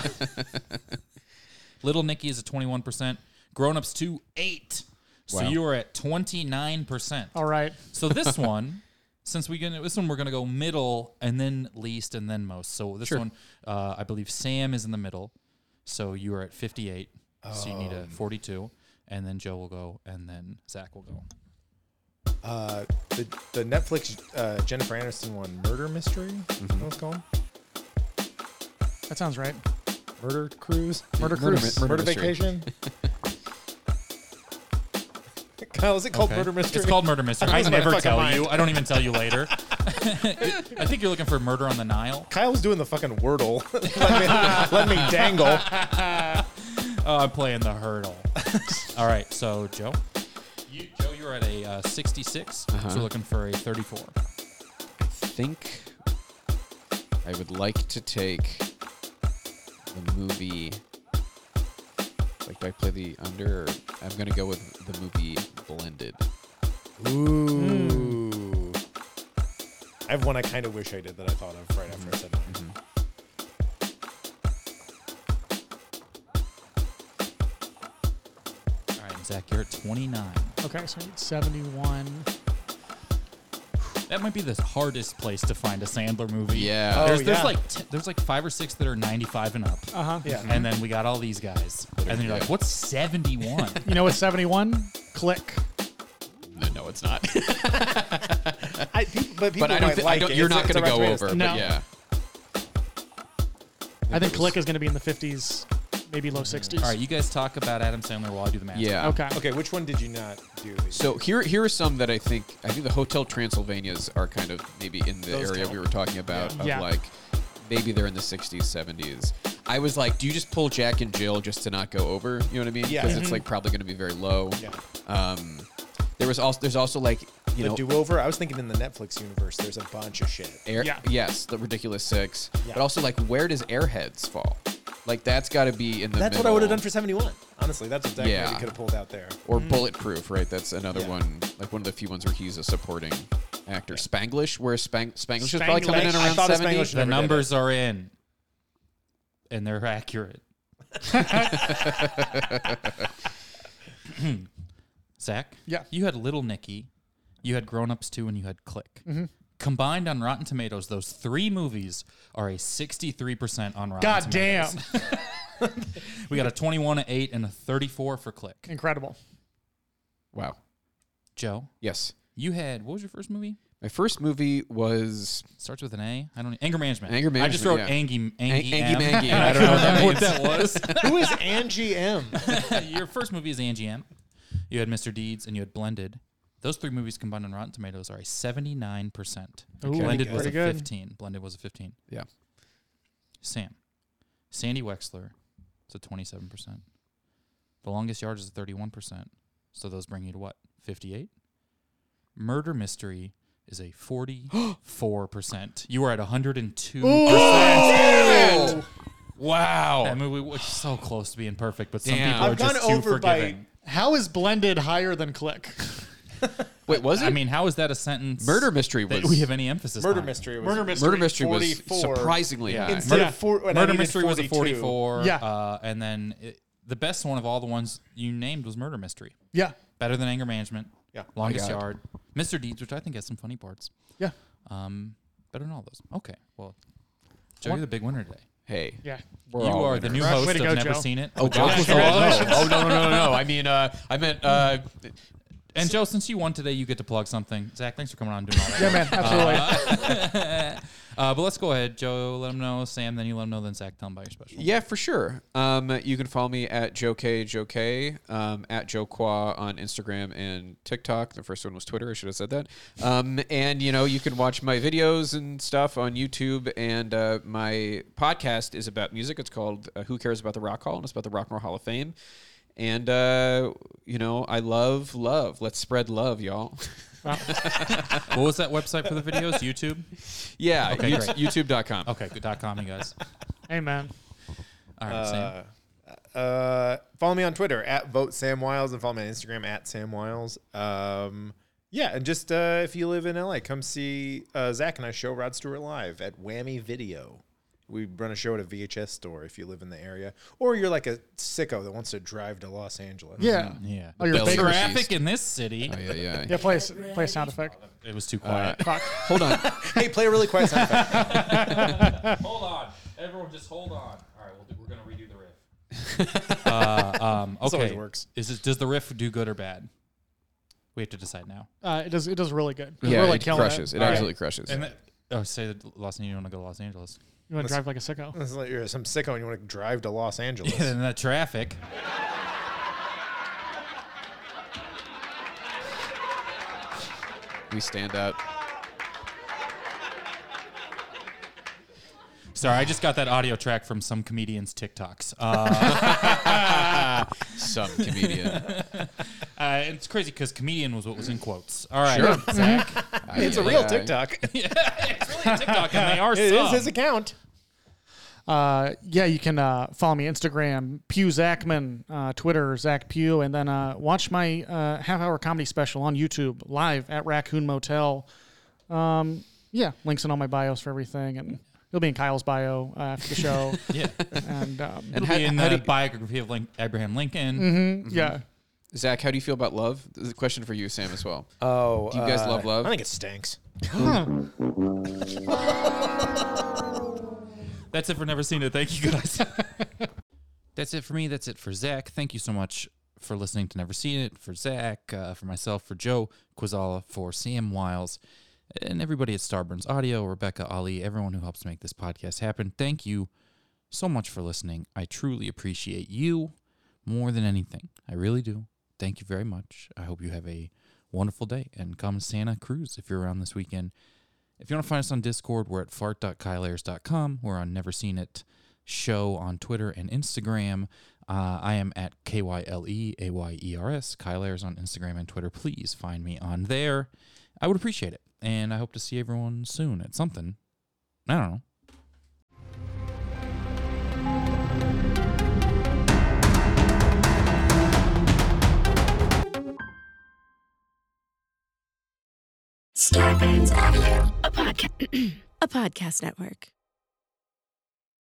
Speaker 2: Little Nicky is a 21%. Grown ups to 8. So
Speaker 5: Wow.
Speaker 2: you are at 29%.
Speaker 3: All right.
Speaker 2: So this one, since we gonna this one we're gonna go middle and then least and then most. So this one, uh, I believe Sam is in the middle. So you are at fifty eight. So you need a forty two, and then Joe will go, and then Zach will go.
Speaker 4: Uh, the, the Netflix uh, Jennifer Aniston one, Murder Mystery,
Speaker 5: Mm-hmm.
Speaker 4: is that what it's called?
Speaker 3: That sounds right.
Speaker 4: Murder Cruise?
Speaker 3: Murder
Speaker 5: Murder
Speaker 3: Cruise.
Speaker 5: Mi- Murder
Speaker 4: Murder
Speaker 5: Mystery.
Speaker 4: Vacation? Kyle, is it called
Speaker 2: Okay.
Speaker 4: Oh, Murder Mystery?
Speaker 2: It's called murder mystery. I
Speaker 4: That's my
Speaker 2: never
Speaker 4: fucking
Speaker 2: tell
Speaker 4: mind.
Speaker 2: you. I don't even tell you later. I think you're looking for murder on the Nile.
Speaker 4: Kyle was doing the fucking Wordle. let, me, let me dangle.
Speaker 2: Oh, I'm playing the hurdle. All right, so Joe, you, Joe, you're at a uh, 66. So we're looking for a 34.
Speaker 5: think I would like to take the movie. Like, do I play the under? Or I'm going to go with the movie Blended.
Speaker 4: Ooh.
Speaker 5: Hmm.
Speaker 4: I have one I kind of wish I did that I thought of right after I said it.
Speaker 5: Mm-hmm.
Speaker 2: All right, Zach, you're at 29.
Speaker 3: Okay, so I need 71.
Speaker 2: That might be the hardest place to find a Sandler movie.
Speaker 5: Yeah.
Speaker 4: Oh,
Speaker 2: there's, there's
Speaker 4: yeah. Oh,
Speaker 2: like t- there's like five or six that are 95 and up,
Speaker 3: Uh huh.
Speaker 4: Yeah.
Speaker 5: Mm-hmm.
Speaker 2: and then we got all these guys, and then you're like, what's 71?
Speaker 3: You know what's 71? Click.
Speaker 4: Oh.
Speaker 5: No, no, it's not.
Speaker 4: I, people, but people
Speaker 5: but I
Speaker 4: might
Speaker 5: don't. Th-
Speaker 4: like
Speaker 5: I don't
Speaker 4: it.
Speaker 5: you're
Speaker 4: It's-
Speaker 5: not
Speaker 4: it's
Speaker 5: going to
Speaker 4: on
Speaker 5: go
Speaker 4: Rotten
Speaker 5: over.
Speaker 4: Tomatoes.
Speaker 3: No.
Speaker 5: But yeah.
Speaker 3: I think
Speaker 5: it was-
Speaker 3: Click is going to be in the 50s, maybe low 60s.
Speaker 2: all right, you guys talk about Adam Sandler while I do the math.
Speaker 5: Yeah.
Speaker 3: Okay.
Speaker 4: Okay, which one did you not do?
Speaker 5: So here, here are some that I think I think the Hotel Transylvanias are kind of maybe in the
Speaker 4: Those
Speaker 5: area
Speaker 4: count.
Speaker 5: we were talking about of
Speaker 3: Yeah.
Speaker 5: like maybe they're in the 60s, 70s. I was like, do you just pull Jack and Jill just to not go over? You know what I mean?
Speaker 4: Yeah. Mm-hmm.
Speaker 5: Because it's like probably going to be very low.
Speaker 4: Yeah.
Speaker 5: Um, there was also there's also like you
Speaker 4: the
Speaker 5: know
Speaker 4: do over? I was thinking in the Netflix universe, there's a bunch of shit.
Speaker 5: Air,
Speaker 3: Yeah.
Speaker 5: yes, the ridiculous six,
Speaker 4: Yeah.
Speaker 5: but also like where does Airheads fall? Like that's got to be in the.
Speaker 4: That's what I would have
Speaker 5: middle.
Speaker 4: done for 71. Honestly, that's exactly
Speaker 5: Yeah.
Speaker 4: what we could have pulled out there.
Speaker 5: or bulletproof right that's another
Speaker 4: Yeah.
Speaker 5: one like one of the few ones where he's a supporting actor spanglish where Spang- spanglish, is probably
Speaker 3: Spanglish.
Speaker 5: coming in
Speaker 4: I
Speaker 5: around
Speaker 4: thought of
Speaker 5: 70
Speaker 4: Spanglish
Speaker 2: The
Speaker 4: Never did
Speaker 2: numbers are in, and they're accurate. Zach?
Speaker 3: Yeah.
Speaker 2: You had Little Nicky, you had Grown Ups 2, and you had Click.
Speaker 3: Mm-hmm.
Speaker 2: Combined on Rotten Tomatoes, those three movies are a 63% on Rotten
Speaker 3: God
Speaker 2: Tomatoes.
Speaker 3: damn.
Speaker 2: We got a 21, a 8, and a 34 for Click.
Speaker 3: Incredible.
Speaker 5: wow
Speaker 2: Joe,
Speaker 5: yes
Speaker 2: you had, what was your first movie?
Speaker 5: my first movie was
Speaker 2: Starts with an A. I don't e, anger management.
Speaker 5: Anger
Speaker 2: I just wrote
Speaker 5: Management, yeah.
Speaker 2: Angie, Angie,
Speaker 5: Angie
Speaker 2: M,
Speaker 5: Mangy.
Speaker 2: and I don't know what that, what that was.
Speaker 4: Who is Angie M?
Speaker 2: Your first movie is Angie M. You had Mr. Deeds and you had Blended. Those three movies combined on Rotten Tomatoes are a 79%.
Speaker 3: Ooh,
Speaker 2: Blended was a
Speaker 3: pretty good.
Speaker 2: 15. Blended was a 15.
Speaker 5: yeah
Speaker 2: Sam. Sandy Wexler is a 27%. The longest yard is a 31%. So those bring you to what? 58? Murder Mystery is a 44%. You are at 102%. That
Speaker 5: wow
Speaker 2: movie was so close to being perfect, but some
Speaker 5: Damn.
Speaker 2: people
Speaker 5: I've
Speaker 2: are
Speaker 4: gone
Speaker 2: just too
Speaker 4: over by-
Speaker 2: forgiving.
Speaker 3: How is blended higher than click?
Speaker 5: wait was it
Speaker 2: I mean, how is that a sentence?
Speaker 5: murder mystery
Speaker 2: that
Speaker 5: was
Speaker 2: we have any emphasis.
Speaker 4: Murder
Speaker 2: on?
Speaker 4: Mystery was
Speaker 3: Murder mystery.
Speaker 5: murder mystery was
Speaker 4: 44.
Speaker 5: surprisingly high
Speaker 4: Instead
Speaker 3: Yeah.
Speaker 4: of four, when I
Speaker 2: Murder
Speaker 4: needed
Speaker 2: mystery was a
Speaker 4: 42.
Speaker 2: forty-four.
Speaker 3: Yeah.
Speaker 2: uh, and then it, the best one of all the ones you named was murder mystery.
Speaker 3: Yeah.
Speaker 2: Better than anger management.
Speaker 4: Yeah.
Speaker 2: Longest
Speaker 5: I got it.
Speaker 2: yard. Mr. Deeds, which I think has some funny parts.
Speaker 3: Yeah.
Speaker 2: Um, better than all those. Okay. Well, Joe, you're the big winner today.
Speaker 5: hey
Speaker 3: Yeah.
Speaker 5: we're
Speaker 2: you
Speaker 5: all
Speaker 2: are the
Speaker 5: winners.
Speaker 2: new
Speaker 3: Way
Speaker 2: host
Speaker 3: to
Speaker 2: of
Speaker 3: go,
Speaker 2: Never
Speaker 3: Joe.
Speaker 2: Seen It.
Speaker 5: oh gosh was the- oh, oh, no no no no no i mean uh i meant uh
Speaker 2: And Joe, since you won today, you get to plug something. Zach, thanks for coming on and doing all that.
Speaker 3: Yeah, man. Absolutely.
Speaker 5: Uh-huh.
Speaker 2: Uh, but let's go ahead, Joe. Let him know. Sam, then you let him know. Then Zach, tell him about your special.
Speaker 5: Yeah, for sure. Um, you can follow me at Joe K Joe K um, at Joe Qua on Instagram and TikTok. The first one was Twitter. I should have said that. Um, and you know, you can watch my videos and stuff on YouTube. And uh, my podcast is about music. It's called uh, Who Cares About the Rock Hall, and it's about the Rockmore Hall of Fame. And uh, you know, I love love. Let's spread love, y'all.
Speaker 2: What was that website for the videos? YouTube?
Speaker 5: yeah,
Speaker 2: Okay,
Speaker 5: you-
Speaker 2: great.
Speaker 5: YouTube.com.
Speaker 2: Okay, good. Dot com, you guys.
Speaker 3: Hey, man.
Speaker 2: All right, Sam.
Speaker 4: Uh, Uh, follow me on Twitter at vote Sam Wiles and follow me on Instagram at Sam Wiles. Um, yeah, and just uh, if you live in LA, come see uh, Zach and I show Rod Stewart live at Whammy Video. We run a show at a VHS store if you live in the area, or you're like a sicko that wants to drive to Los Angeles.
Speaker 3: Yeah.
Speaker 2: Yeah.
Speaker 3: Oh, you're
Speaker 5: Bells
Speaker 3: big.
Speaker 5: are
Speaker 3: Yeah,
Speaker 2: Traffic in this city.
Speaker 5: Oh, Yeah, yeah. Uh,
Speaker 3: play a, s- play a sound effect.
Speaker 2: It was too quiet.
Speaker 3: Fuck.
Speaker 5: Hold on.
Speaker 4: hey, play a really quiet sound effect.
Speaker 7: Hold on. Everyone just hold on. All right, we'll do, we're going to redo the riff.
Speaker 2: Um, okay.
Speaker 4: always works.
Speaker 2: Is it, does the riff do good or bad? We have to decide now.
Speaker 3: Uh, it does. It does really good.
Speaker 5: Yeah,
Speaker 3: really
Speaker 5: it
Speaker 3: killing
Speaker 5: crushes. It,
Speaker 3: All right.
Speaker 5: absolutely crushes.
Speaker 2: And that, oh, say that Los Angeles. You want to go to Los Angeles?
Speaker 3: You want to drive like a sicko?
Speaker 4: It's like you're some sicko and you want to drive to Los Angeles.
Speaker 2: Yeah, then that traffic.
Speaker 5: we stand up.
Speaker 2: Sorry, I just got that audio track from some comedians' TikToks. Uh,
Speaker 5: Some comedian.
Speaker 2: uh, and it's crazy because comedian was what was in quotes. All right, Zach.
Speaker 4: It's a real TikTok. It
Speaker 2: it's really a TikTok, and they are
Speaker 4: is
Speaker 2: some.
Speaker 4: his account.
Speaker 3: Uh, yeah, you can uh, follow me Instagram Pew Zachman, uh, Twitter Zach Pew, and then uh, watch my uh, half-hour comedy special on YouTube live at Raccoon Motel. Um, yeah, links in all my bios for everything, and he'll be in Kyle's bio uh, after the show.
Speaker 2: yeah.
Speaker 3: and um,
Speaker 5: And
Speaker 2: It'll
Speaker 5: how,
Speaker 2: be in
Speaker 5: how
Speaker 2: the
Speaker 5: do you,
Speaker 2: biography of Link, Abraham Lincoln.
Speaker 3: yeah,
Speaker 5: Zach, how do you feel about love? This is a question for you, Sam, as well.
Speaker 4: Oh,
Speaker 5: Do you guys love love?
Speaker 4: I think it stinks.
Speaker 2: That's it for Never Seen It. Thank you guys. That's it for me. That's it for Zach. Thank you so much for listening to Never Seen It, for Zach, uh, for myself, for Joe Quizala, for Sam Wiles, and everybody at Starburns Audio, Rebecca Ali, everyone who helps make this podcast happen. Thank you so much for listening. I truly appreciate you more than anything. I really do. Thank you very much. I hope you have a wonderful day and come to Santa Cruz if you're around this weekend. If you want to find us on Discord, we're at fart.kylayers.com. We're on Never Seen It Show on Twitter and Instagram. Uh, I am at K Y L E A Y E R S, Kyle Ayers on Instagram and Twitter. Please find me on there. I would appreciate it. And I hope to see everyone soon at something. I don't know.
Speaker 10: Starburns Audio, a, podca- a podcast network.